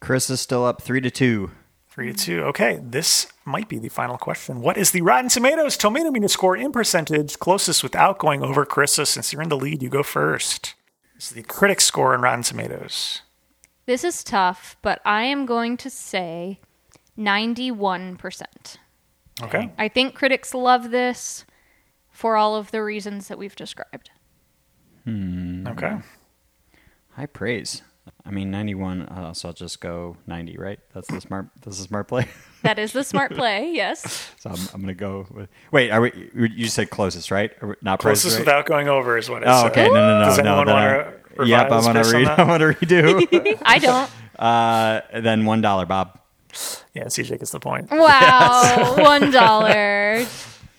Speaker 1: Chris is still up three to two.
Speaker 2: Three to
Speaker 3: Mm.
Speaker 2: two. Okay, this might be the final question. What is the Rotten Tomatoes tomato meter score in percentage closest without going over Carissa? Since you're in the lead, you go first. This is the critic score in Rotten Tomatoes.
Speaker 3: This is tough, but I am going to say 91%.
Speaker 2: Okay.
Speaker 3: I think critics love this for all of the reasons that we've described.
Speaker 2: Okay.
Speaker 1: High praise. I mean, ninety-one. Uh, so I'll just go ninety, right? That's the smart. That's the smart play.
Speaker 3: That is the smart play, yes.
Speaker 1: so I'm, I'm gonna go. With, wait, are we? you- You said closest, right? Are we- Not
Speaker 2: Closest
Speaker 1: Right?
Speaker 2: without going over is what it
Speaker 1: Oh,
Speaker 2: said.
Speaker 1: okay. No, no, no.
Speaker 2: Does
Speaker 1: no,
Speaker 2: anyone
Speaker 1: then
Speaker 2: wanna
Speaker 1: I- Yep, I'm
Speaker 2: revise
Speaker 1: gonna
Speaker 2: based on
Speaker 1: read.
Speaker 2: that?
Speaker 1: I'm gonna redo.
Speaker 3: I don't.
Speaker 1: uh, then one dollar, Bob.
Speaker 2: Yeah, CJ gets the point.
Speaker 3: Wow, one dollar.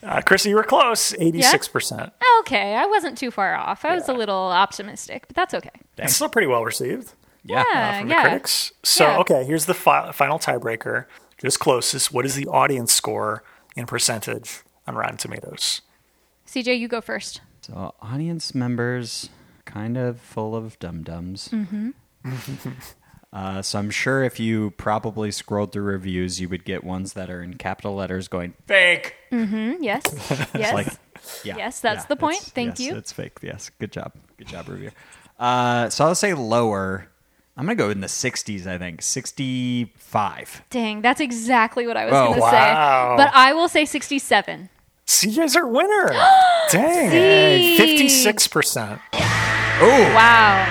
Speaker 2: Uh, Chrissy, you were close, 86%.
Speaker 3: Okay, I wasn't too far off. I was a little optimistic, but that's okay.
Speaker 2: It's still pretty well received
Speaker 1: Yeah.
Speaker 2: uh,
Speaker 3: Yeah,
Speaker 2: from
Speaker 3: yeah.
Speaker 2: the critics. So,
Speaker 3: Yeah.
Speaker 2: okay, here's the fi- final tiebreaker. Just closest. What is the audience score in percentage on Rotten Tomatoes?
Speaker 3: CJ, you go first.
Speaker 1: So audience members, kind of full of dum dums. Mm-hmm. uh, so I'm sure if you probably scrolled through reviews, you would get ones that are in capital letters going fake.
Speaker 3: Mm, Yes, yes.
Speaker 1: like- Yeah.
Speaker 3: Yes, that's the point.
Speaker 1: it's-
Speaker 3: Thank
Speaker 1: yes,
Speaker 3: you.
Speaker 1: It's fake. Yes. Good job. Good job, reviewer. Uh, so I'll say lower. I'm gonna go in the 60s. I think 65.
Speaker 3: Dang, that's exactly what I was
Speaker 1: Oh,
Speaker 3: going to
Speaker 2: wow.
Speaker 3: say. But I will say 67.
Speaker 2: CJ's our winner. Dang. 56%.
Speaker 1: Oh
Speaker 3: Wow.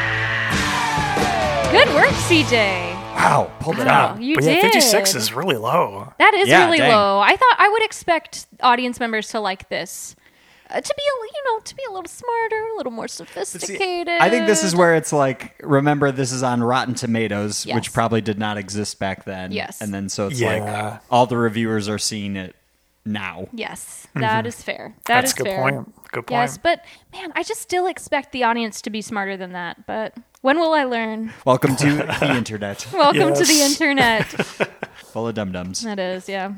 Speaker 3: Good work, CJ.
Speaker 1: wow! Pulled it
Speaker 3: Wow.
Speaker 1: out.
Speaker 3: Oh, you
Speaker 2: but yeah,
Speaker 3: did.
Speaker 2: 56 is really low.
Speaker 3: That is
Speaker 1: Yeah,
Speaker 3: really
Speaker 1: dang.
Speaker 3: low. I thought I would expect audience members to like this. Uh, to be, a li- you know, to be a little smarter, a little more
Speaker 1: See,
Speaker 3: sophisticated.
Speaker 1: I think this is where it's like. Remember, this is on Rotten Tomatoes,
Speaker 3: Yes.
Speaker 1: which probably did not exist back then.
Speaker 3: Yes.
Speaker 1: and then so it's
Speaker 2: Yeah.
Speaker 1: like all the reviewers are seeing it now.
Speaker 3: Yes,
Speaker 1: Mm-hmm.
Speaker 3: that is fair. That
Speaker 2: That's
Speaker 3: is
Speaker 2: a good
Speaker 3: fair.
Speaker 2: point. Good point.
Speaker 3: Yes, but man, I just still expect the audience to be smarter than that. But when will I learn?
Speaker 1: Welcome to the internet,
Speaker 3: Welcome to the
Speaker 2: Yes.
Speaker 3: internet.
Speaker 1: full of dum dums.
Speaker 3: that is, yeah.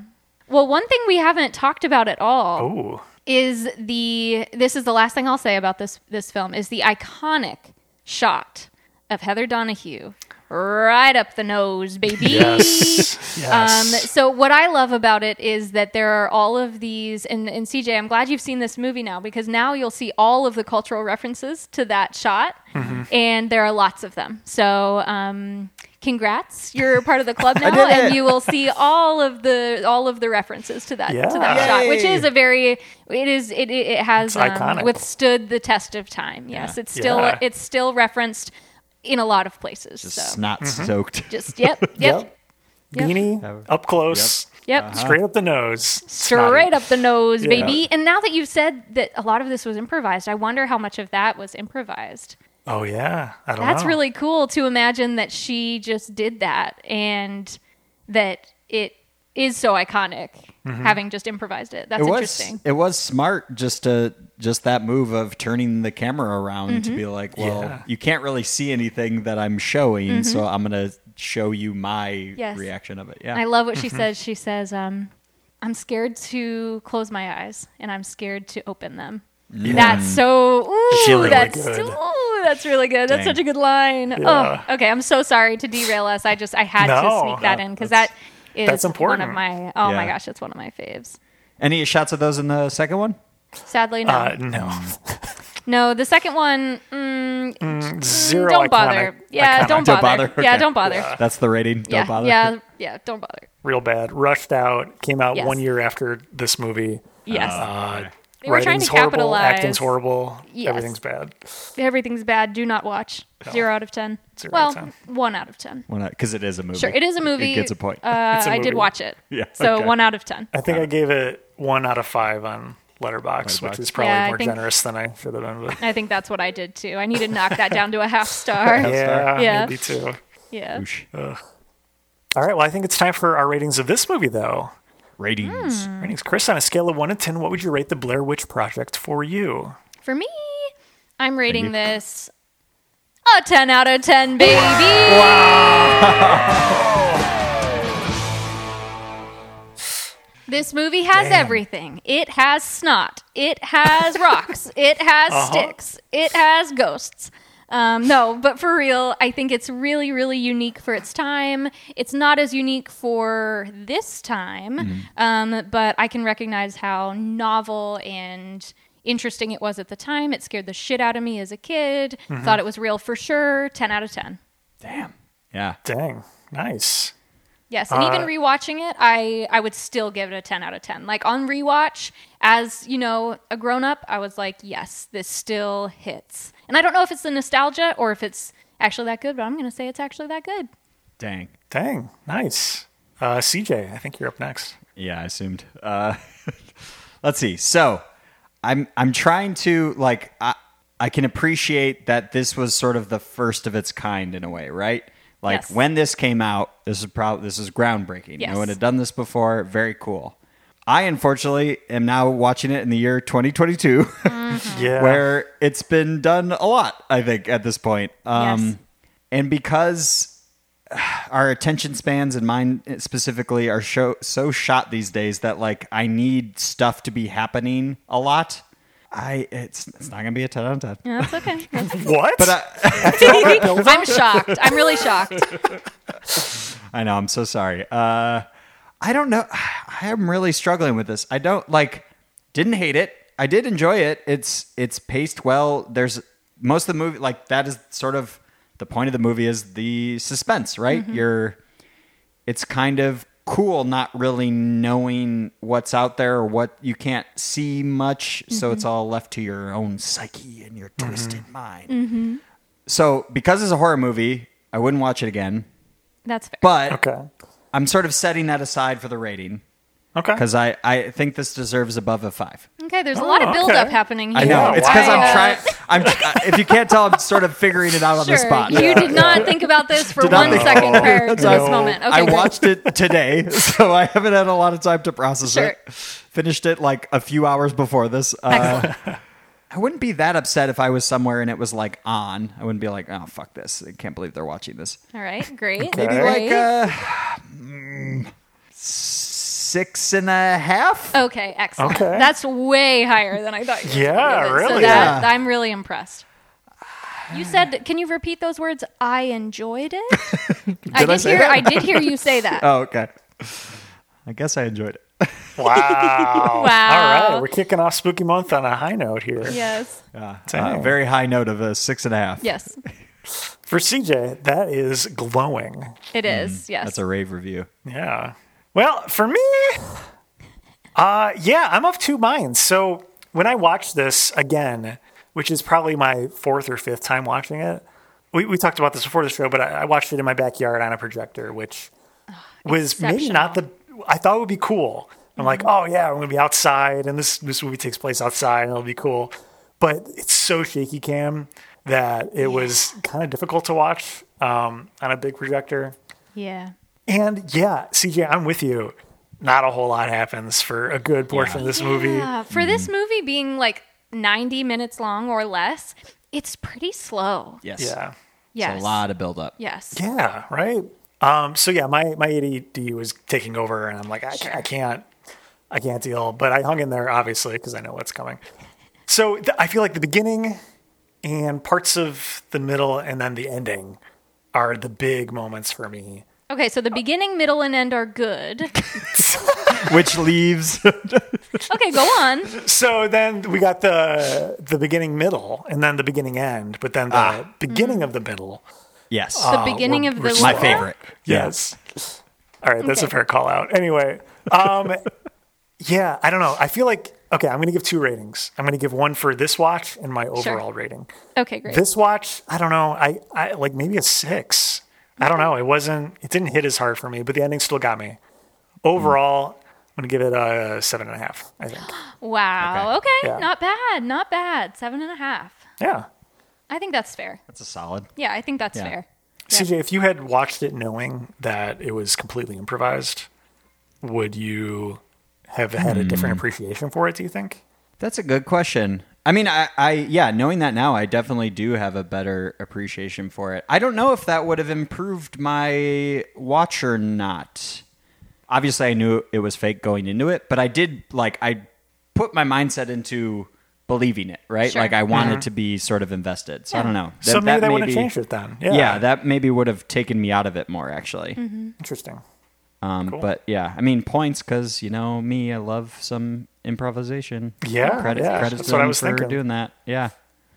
Speaker 3: Well, one thing we haven't talked about at all
Speaker 2: Ooh.
Speaker 3: is the this is the last thing I'll say about this this film is the iconic shot of Heather Donahue right up the nose, baby.
Speaker 2: Yes.
Speaker 3: Um,
Speaker 2: yes.
Speaker 3: so what I love about it is that there are all of these, and, and CJ, I'm glad you've seen this movie now because now you'll see all of the cultural references to that shot,
Speaker 2: Mm-hmm.
Speaker 3: and there are lots of them. So um, congrats, you're part of the club now,
Speaker 1: did
Speaker 3: and
Speaker 1: it.
Speaker 3: you will see all of the all of the references to that to that
Speaker 2: Yeah.
Speaker 3: shot, which
Speaker 1: Yay.
Speaker 3: is a very it is it it, it has
Speaker 2: It's iconic.
Speaker 3: um, withstood the test of time. Yes, it's still
Speaker 2: Yeah.
Speaker 3: it's still referenced in a lot of places.
Speaker 1: Just
Speaker 3: so
Speaker 1: snot soaked.
Speaker 3: just yep yep.
Speaker 2: Yep.
Speaker 3: Yep.
Speaker 2: Beanie up close,
Speaker 3: Yep.
Speaker 2: straight up the nose,
Speaker 3: Straight up the nose,
Speaker 2: Yeah.
Speaker 3: baby. And now that you've said that a lot of this was improvised, I wonder how much of that was improvised.
Speaker 2: Oh yeah, I don't
Speaker 3: That's
Speaker 2: know.
Speaker 3: really cool to imagine that she just did that and that it is so iconic having just improvised it. That's
Speaker 1: it was
Speaker 3: interesting.
Speaker 1: it was smart just to just that move of turning the camera around to
Speaker 3: Mm-hmm.
Speaker 1: be like, well,
Speaker 2: Yeah.
Speaker 1: you can't really see anything that I'm showing, so I'm gonna show you my
Speaker 3: Mm-hmm. Yes.
Speaker 1: reaction of it. Yeah,
Speaker 3: I love what she says. She says, um, I'm scared to close my eyes and I'm scared to open them. That's so. Ooh,
Speaker 2: Mm. Really
Speaker 3: that's
Speaker 2: good.
Speaker 3: ooh, that's really good. That's
Speaker 1: Dang.
Speaker 3: such a good line. Oh, okay. I'm so sorry to derail us. I just I had
Speaker 2: No,
Speaker 3: to sneak that
Speaker 2: that-
Speaker 3: in because
Speaker 2: that's-
Speaker 3: that is
Speaker 2: that's
Speaker 3: one
Speaker 2: important.
Speaker 3: of my. Oh my
Speaker 1: Yeah.
Speaker 3: gosh, it's one of my faves.
Speaker 1: Any shots of those in the second one?
Speaker 3: Sadly, no.
Speaker 2: Uh, no,
Speaker 3: no, the second one. Mm,
Speaker 2: zero.
Speaker 3: don't
Speaker 2: iconic-
Speaker 3: bother. Yeah,
Speaker 2: iconic.
Speaker 3: don't
Speaker 1: Don't
Speaker 3: bother.
Speaker 1: bother?
Speaker 3: Yeah,
Speaker 1: Okay.
Speaker 3: don't bother.
Speaker 1: That's the rating.
Speaker 3: Yeah,
Speaker 1: Don't bother.
Speaker 3: yeah, yeah. Don't bother.
Speaker 2: Real bad. Rushed out. Came out
Speaker 3: Yes.
Speaker 2: one year after this movie.
Speaker 3: Yes.
Speaker 2: Uh,
Speaker 3: They were trying
Speaker 2: writing's
Speaker 3: to
Speaker 2: horrible.
Speaker 3: capitalize.
Speaker 2: Acting's horrible.
Speaker 3: Yes.
Speaker 2: Everything's bad.
Speaker 3: Everything's bad. Do not watch. Zero out of ten.
Speaker 2: Zero
Speaker 3: well,
Speaker 2: out of 10.
Speaker 3: one out of ten.
Speaker 1: because it is a movie.
Speaker 3: Sure, it is a movie.
Speaker 1: It gets a point.
Speaker 3: Uh,
Speaker 2: It's a
Speaker 3: I
Speaker 2: movie.
Speaker 3: did watch it.
Speaker 1: Yeah,
Speaker 3: So
Speaker 1: okay.
Speaker 3: one out of ten.
Speaker 2: I think I gave it one out of five on Letterbox,
Speaker 1: Letterboxd.
Speaker 2: which is probably
Speaker 3: Yeah, I
Speaker 2: more
Speaker 3: think-
Speaker 2: generous than I should have been. But
Speaker 3: I think that's what I did too. I need to knock that down to a half star. yeah.
Speaker 2: yeah,
Speaker 3: Yeah.
Speaker 2: maybe two.
Speaker 1: Oosh.
Speaker 2: All right. Well, I think it's time for our ratings of this movie, though.
Speaker 1: Ratings.
Speaker 3: Hmm. Mm.
Speaker 2: Ratings. Chris, on a scale of one to ten, what would you rate the Blair Witch Project for you?
Speaker 3: For me, I'm rating this a 10 out of 10, baby. This movie has everything. It has snot. It has rocks. It has sticks. It has ghosts. Um, no, but for real, I think it's really, really unique for its time. It's not as unique for this time, um, but I can recognize how novel and interesting it was at the time. It scared the shit out of me as a kid. Thought it was real for sure. 10 out of 10.
Speaker 1: Damn. Yeah.
Speaker 2: Dang, nice.
Speaker 3: Yes, and even rewatching it, I I would still give it a 10 out of 10. Like on rewatch as, you know, a grown up, I was like, "Yes, this still hits." And I don't know if it's the nostalgia or if it's actually that good, but I'm going to say it's actually that good.
Speaker 1: Dang.
Speaker 2: Dang, nice. Uh, CJ, I think you're up next.
Speaker 1: Yeah, I assumed. Uh, let's see. So, I'm I'm trying to like I I can appreciate that this was sort of the first of its kind in a way, right? Like
Speaker 3: Yes.
Speaker 1: when this came out, this is probably this is groundbreaking.
Speaker 3: Yes.
Speaker 1: No one had done this before. Very cool. I unfortunately am now watching it in the year 2022,
Speaker 2: Yeah.
Speaker 1: where it's been done a lot. I think at this point, um,
Speaker 3: Yes.
Speaker 1: and because uh, our attention spans and mine specifically are show, so shot these days that like I need stuff to be happening a lot. I it's it's not gonna be a ten out of ten.
Speaker 3: That's okay. That's okay.
Speaker 2: What? But
Speaker 3: I'm shocked. I'm really shocked.
Speaker 1: I know. I'm so sorry. Uh, I don't know. I am really struggling with this. I don't like. Didn't hate it. I did enjoy it. It's it's paced well. There's most of the movie like that is sort of the point of the movie is the suspense, right? You're it's kind of cool not really knowing what's out there or what you can't see much so it's all left to your own psyche and your twisted mind so because it's a horror movie i wouldn't watch it again
Speaker 3: That's fair.
Speaker 1: but
Speaker 2: okay.
Speaker 1: I'm sort of setting that aside for the rating
Speaker 2: Okay.
Speaker 1: because I, I think this deserves above a five.
Speaker 3: okay, there's a lot of
Speaker 2: Oh,
Speaker 3: build
Speaker 2: okay.
Speaker 3: up happening here. uh,
Speaker 1: I know
Speaker 2: Yeah,
Speaker 1: it's because
Speaker 2: wow.
Speaker 1: I'm trying. I'm uh, if you can't tell, I'm sort of figuring it out on
Speaker 3: Sure.
Speaker 1: the spot.
Speaker 3: You did not think about this for
Speaker 1: Did not
Speaker 3: one
Speaker 1: think-
Speaker 3: second
Speaker 2: No.
Speaker 3: prior
Speaker 2: No.
Speaker 3: to this moment. Okay,
Speaker 1: I
Speaker 3: good.
Speaker 1: watched it today, so I haven't had a lot of time to process
Speaker 3: Sure.
Speaker 1: it. Finished it like a few hours before this. Uh, I wouldn't be that upset if I was somewhere and it was like on. I wouldn't be like, oh fuck this! I can't believe they're watching this.
Speaker 3: All right, great.
Speaker 1: Maybe
Speaker 3: great.
Speaker 1: like uh, mm, six and a half.
Speaker 3: Okay, excellent.
Speaker 2: Okay.
Speaker 3: That's way higher than I thought. You were
Speaker 2: Yeah,
Speaker 3: gonna give it. So
Speaker 2: really?
Speaker 3: that, I'm really impressed. You said, can you repeat those words? I enjoyed it. I
Speaker 1: Did
Speaker 3: did
Speaker 1: I say
Speaker 3: hear.
Speaker 1: that?
Speaker 3: I did hear you say that.
Speaker 1: Oh, okay. I guess I enjoyed it.
Speaker 2: Wow.
Speaker 3: Wow.
Speaker 2: All right. We're kicking off Spooky Month on a high note here.
Speaker 3: Yes.
Speaker 1: Uh,
Speaker 2: Dang.
Speaker 1: very high note of a six and a half.
Speaker 3: Yes.
Speaker 2: For CJ, that is glowing.
Speaker 3: It is. Yes.
Speaker 1: Mm, That's a rave review.
Speaker 2: Yeah. Well, for me, uh, yeah, I'm of two minds. So when I watched this again, which is probably my fourth or fifth time watching it, we, we talked about this before the show, but I, I watched it in my backyard on a projector, which was maybe not the. I thought it would be cool. I'm like, oh yeah, I'm gonna be outside, and this this movie takes place outside, and it'll be cool. But it's so shaky cam that it was kind of difficult to watch um, on a big projector.
Speaker 3: yeah.
Speaker 2: And yeah, CJ, I'm with you. Not a whole lot happens for a good portion of this movie.
Speaker 3: Yeah, Uh, for
Speaker 1: Mm-hmm.
Speaker 3: this movie being like 90 minutes long or less, it's pretty slow.
Speaker 1: Yes.
Speaker 2: Yeah.
Speaker 3: Yes.
Speaker 1: It's a lot of buildup.
Speaker 3: Yes.
Speaker 2: Yeah, right. Um, so yeah, my, my ADD was taking over and I'm like, I, I can't, I can't deal, but I hung in there obviously, cause I know what's coming. So th- I feel like the beginning and parts of the middle and then the ending are the big moments for me.
Speaker 3: Okay, so the
Speaker 1: Oh.
Speaker 3: beginning, middle, and end are good.
Speaker 1: Which leaves
Speaker 3: Okay, go on.
Speaker 2: So then we got the, the beginning middle and then the beginning end, but then the beginning of the middle
Speaker 1: Yes.
Speaker 3: The beginning of the
Speaker 2: we're
Speaker 1: my
Speaker 3: lower-
Speaker 1: favorite.
Speaker 2: Yes. All right, that's a
Speaker 3: Okay.
Speaker 2: fair call out. Anyway, um, yeah, I don't know. I feel like okay, I'm going to give two ratings. I'm going to give one for this watch and my overall rating.
Speaker 3: Okay, great.
Speaker 2: This watch, I don't know. I, I like maybe a six. I don't know. It wasn't. It didn't hit as hard for me, but the ending still got me. Overall, I'm going to give it a seven and a half. I think.
Speaker 3: wow. Okay,
Speaker 2: Yeah.
Speaker 3: not bad. Not bad. Seven and a half.
Speaker 2: Yeah.
Speaker 3: I think that's fair.
Speaker 1: That's a solid.
Speaker 3: Yeah, I think that's
Speaker 1: Yeah.
Speaker 3: fair.
Speaker 2: CJ, if you had watched it knowing that it was completely improvised, would you have had a
Speaker 1: Hmm.
Speaker 2: different appreciation for it? Do you think?
Speaker 1: That's a good question. I mean, I, I, yeah, knowing that now, I definitely do have a better appreciation for it. I don't know if that would have improved my watch or not. Obviously, I knew it was fake going into it, but I did, like, I put my mindset into believing it, right?
Speaker 3: Sure.
Speaker 1: Like, I wanted to be sort of invested. So I don't know.
Speaker 2: so maybe that, would
Speaker 1: maybe-
Speaker 2: have changed it then. Yeah,
Speaker 1: Yeah. that maybe would have taken me out of it more, actually.
Speaker 2: interesting.
Speaker 1: Um,
Speaker 2: Cool.
Speaker 1: But yeah, I mean, points because you know me, I love some improvisation.
Speaker 2: Yeah,
Speaker 1: credit
Speaker 2: yeah,
Speaker 1: credit
Speaker 2: that's
Speaker 1: to
Speaker 2: what I
Speaker 1: them
Speaker 2: was
Speaker 1: for
Speaker 2: thinking.
Speaker 1: doing that. Yeah,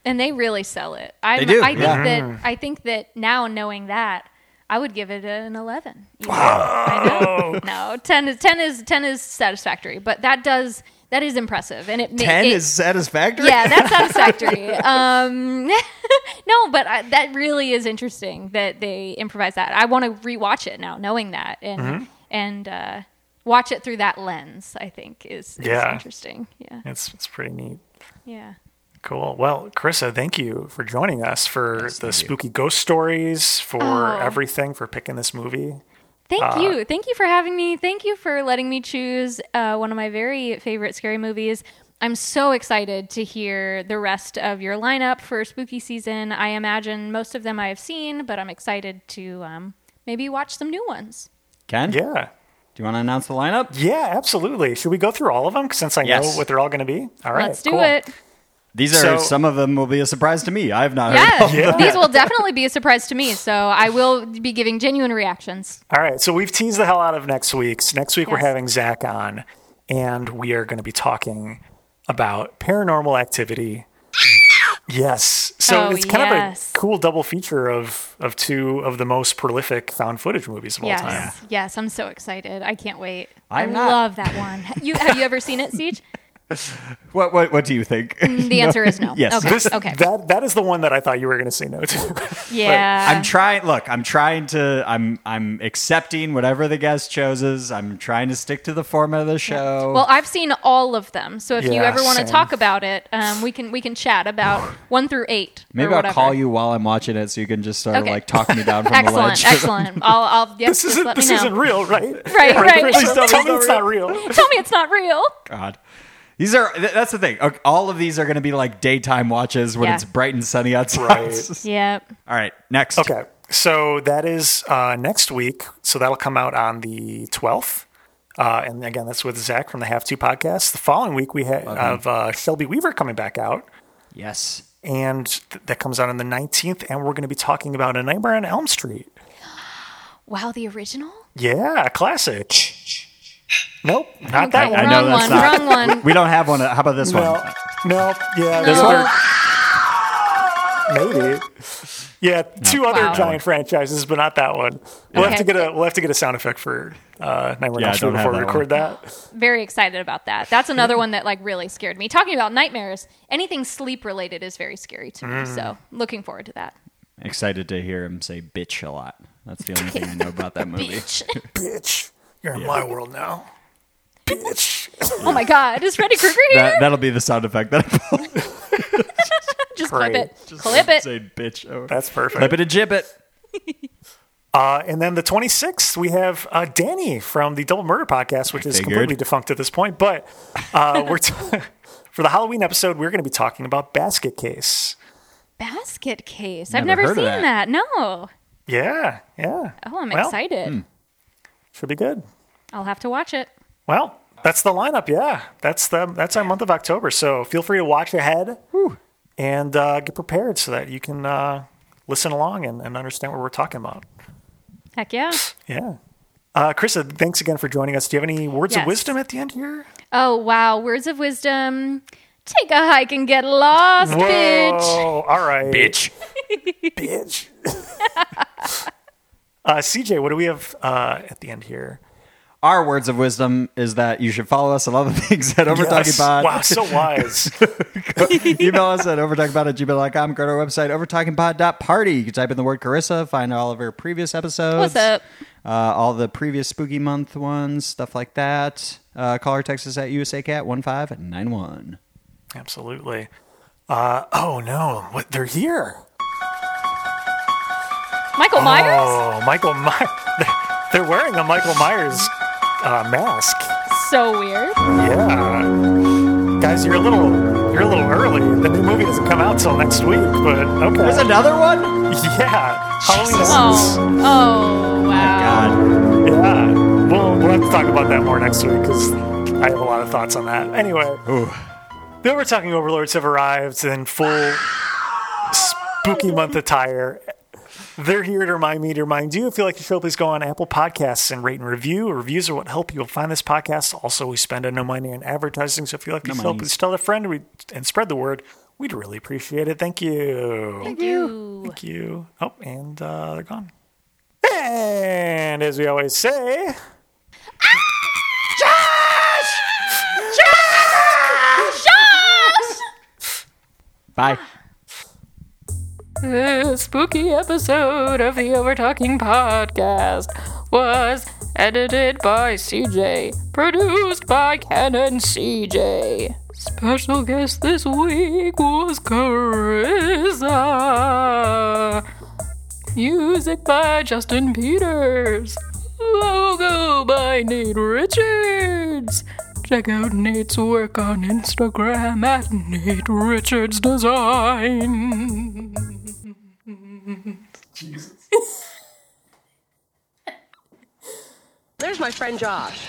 Speaker 3: And they really sell it. i
Speaker 1: They do,
Speaker 3: I think
Speaker 1: yeah. Mm-hmm.
Speaker 3: that I think that now knowing that, I would give it an eleven. Wow. I know. No, ten is ten is ten is satisfactory, but that does that is impressive, and it ma-
Speaker 1: ten
Speaker 3: it-
Speaker 1: is satisfactory.
Speaker 3: yeah, that's satisfactory. um, no, but I, that really is interesting that they improvise that. I want to rewatch it now, knowing that, and and uh, watch it through that lens. I think is, is
Speaker 2: Yeah.
Speaker 3: interesting. Yeah,
Speaker 2: It's it's pretty neat.
Speaker 3: yeah.
Speaker 2: Cool. Well, Carissa, thank you for joining us for the
Speaker 1: thank you.
Speaker 2: spooky ghost stories, for
Speaker 3: Oh.
Speaker 2: everything, for picking this movie.
Speaker 3: Thank you. Thank you for having me. Thank you for letting me choose uh, one of my very favorite scary movies. I'm so excited to hear the rest of your lineup for spooky season. I imagine most of them I have seen, but I'm excited to um, maybe watch some new ones.
Speaker 1: Ken, do
Speaker 2: Yeah.
Speaker 1: you want to announce the lineup?
Speaker 2: Yeah, absolutely. Should we go through all of them since I
Speaker 1: Yes.
Speaker 2: know what they're all going to be? All right.
Speaker 3: Let's do
Speaker 2: cool.
Speaker 3: it.
Speaker 1: These are
Speaker 2: So-
Speaker 1: some of them will be a surprise to me. I have not heard.
Speaker 3: Yeah,
Speaker 2: Yeah.
Speaker 3: these will definitely be a surprise to me. So I will be giving genuine reactions.
Speaker 2: All right, so we've teased the hell out of next week's. Next week we're
Speaker 3: Yes.
Speaker 2: having Zach on, and we are going to be talking about paranormal activity. yes, so
Speaker 3: Oh,
Speaker 2: it's kind
Speaker 3: yes.
Speaker 2: of a cool double feature of of two of the most prolific found footage movies of all
Speaker 3: Yes,
Speaker 2: time.
Speaker 3: yes, I'm so excited. I can't wait.
Speaker 1: I'm
Speaker 3: I
Speaker 1: not.
Speaker 3: love that one. You have you ever seen it, Siege?
Speaker 1: What what what do you think?
Speaker 3: The answer is no.
Speaker 1: Yes.
Speaker 3: Okay.
Speaker 2: This,
Speaker 3: okay.
Speaker 2: That that is the one that I thought you were going to say no to.
Speaker 3: yeah.
Speaker 1: I'm trying. Look, I'm trying to. I'm I'm accepting whatever the guest chooses. I'm trying to stick to the format of the show.
Speaker 3: Well, I've seen all of them, so if you
Speaker 2: Yeah,
Speaker 3: ever want to
Speaker 2: same.
Speaker 3: talk about it, um, we can we can chat about one through eight. or
Speaker 1: Maybe I'll
Speaker 3: whatever.
Speaker 1: call you while I'm watching it, so you can just start
Speaker 3: Okay.
Speaker 1: like talking me down from the
Speaker 3: Excellent,
Speaker 1: ledge.
Speaker 3: excellent. I'll, I'll
Speaker 2: this
Speaker 3: yes, just
Speaker 2: isn't
Speaker 3: let me
Speaker 2: this
Speaker 3: know.
Speaker 2: isn't real, right?
Speaker 3: Right, right.
Speaker 2: Chris?
Speaker 3: Please
Speaker 1: tell me
Speaker 2: tell
Speaker 1: it's
Speaker 2: me
Speaker 1: not
Speaker 2: it's not real.
Speaker 3: Tell me it's not real.
Speaker 1: God. These are th- that's the thing. Okay, All of these are going to be like daytime watches when
Speaker 3: Yeah.
Speaker 1: it's bright and sunny outside.
Speaker 2: Right.
Speaker 3: Yep.
Speaker 1: All right, next.
Speaker 2: Okay, so that is uh, next week. So that'll come out on the 12th. Uh, and again, that's with Zach from the Half Two podcast. The following week, we ha- have uh, Shelby Weaver coming back out.
Speaker 1: Yes.
Speaker 2: and th- that comes out on the 19th. And we're going to be talking about A Nightmare on Elm Street.
Speaker 3: Wow, the original?
Speaker 2: Yeah, classic. Nope, not that
Speaker 3: Okay,
Speaker 2: one.
Speaker 1: I know
Speaker 3: wrong
Speaker 1: that's
Speaker 3: one,
Speaker 1: not.
Speaker 3: wrong one.
Speaker 1: We, we don't have one. How about this
Speaker 2: No,
Speaker 1: one?
Speaker 2: no, yeah,
Speaker 3: No.
Speaker 2: there's other, maybe. Yeah, two other
Speaker 3: Wow.
Speaker 2: giant franchises, but not that one. We'll have to
Speaker 3: Okay.
Speaker 2: get a we'll have to get a sound effect for uh, Nightmare on
Speaker 1: Yeah,
Speaker 2: Elm
Speaker 1: I
Speaker 2: Street
Speaker 1: don't have
Speaker 2: before we
Speaker 1: that one.
Speaker 2: record that.
Speaker 3: Very excited about that. That's another one that like really scared me. Talking about nightmares, anything sleep related is very scary to me.
Speaker 1: Mm.
Speaker 3: So looking forward to that.
Speaker 1: Excited to hear him say bitch a lot. That's the only thing I know about that movie.
Speaker 3: Bitch.
Speaker 2: Bitch, you're in my world now. Bitch.
Speaker 3: Oh my god, is Freddy Krueger here?
Speaker 1: That, that'll be the sound effect that I pull.
Speaker 3: Just
Speaker 2: great.
Speaker 3: clip it. clip it.
Speaker 1: Say bitch. Over.
Speaker 2: That's perfect.
Speaker 1: Clip it and jib it.
Speaker 2: Uh, and then the 26th, we have uh, Danny from the Double Murder Podcast, which is
Speaker 1: figured.
Speaker 2: completely defunct at this point. But uh, we're t- for the Halloween episode, we're going to be talking about Basket Case.
Speaker 3: Basket case. I've
Speaker 1: Never
Speaker 3: never
Speaker 1: heard of
Speaker 3: seen
Speaker 1: that.
Speaker 3: that. No.
Speaker 2: Yeah, yeah.
Speaker 3: Oh, I'm
Speaker 2: Well,
Speaker 3: excited.
Speaker 1: hmm.
Speaker 2: Should be good.
Speaker 3: I'll have to watch it.
Speaker 2: Well, that's the lineup. Yeah, that's the that's our month of October. So feel free to watch ahead and uh, get prepared so that you can uh, listen along and, and understand what we're talking about.
Speaker 3: Heck yeah.
Speaker 2: Yeah. Uh, Krista, thanks again for joining us. Do you have any words of
Speaker 3: Yes.
Speaker 2: wisdom at the end here?
Speaker 3: Oh wow, words of wisdom. Take a hike and get lost, bitch.
Speaker 2: Whoa! All right,
Speaker 1: Bitch.
Speaker 2: bitch. uh, CJ, what do we have uh, at the end here?
Speaker 1: Our words of wisdom is that you should follow us on all the things at Overtalking
Speaker 2: Yes.
Speaker 1: Pod.
Speaker 2: Wow, so wise.
Speaker 1: Email us at overtalkingpod at gmail.com. Go to our website, overtalkingpod.party. You can type in the word Carissa, find all of our previous episodes.
Speaker 3: What's up?
Speaker 1: Uh, all the previous Spooky Month ones, stuff like that. Uh, call or text us at USACat1591.
Speaker 2: Absolutely. Uh, oh no, what they're here.
Speaker 3: Michael Myers?
Speaker 2: Oh, Michael Myers. They're wearing a Michael Myers uh, mask.
Speaker 1: Oh.
Speaker 3: So weird.
Speaker 2: Yeah. Guys, you're a little you're a little early. The new movie doesn't come out till next week, but okay.
Speaker 1: There's another one?
Speaker 2: yeah. Halloween
Speaker 3: Oh.
Speaker 2: is-
Speaker 3: Oh wow.
Speaker 1: God.
Speaker 2: Yeah. We'll, we'll have to talk about that more next week because I have a lot of thoughts on that. Anyway. The Overtalking Overlords have arrived in full spooky month attire. They're here to remind me to remind you. If you like the show, please go on Apple Podcasts and rate and review. Reviews are what help you find this podcast. Also, we spend no money on advertising, so if you like the
Speaker 1: No
Speaker 2: show,
Speaker 1: monies.
Speaker 2: please tell a friend we- and spread the word. We'd really appreciate it. Thank you.
Speaker 3: Thank you.
Speaker 2: Thank you. Oh, and uh, they're gone. And as we always say,
Speaker 1: Bye.
Speaker 5: This spooky episode of the Overtalking Podcast was edited by CJ, produced by Ken and CJ. Special guest this week was Carissa. Music by Justin Peters. Logo by Nate Richards. Check out Nate's work on Instagram at Nate Richards Design.
Speaker 4: There's my friend Josh.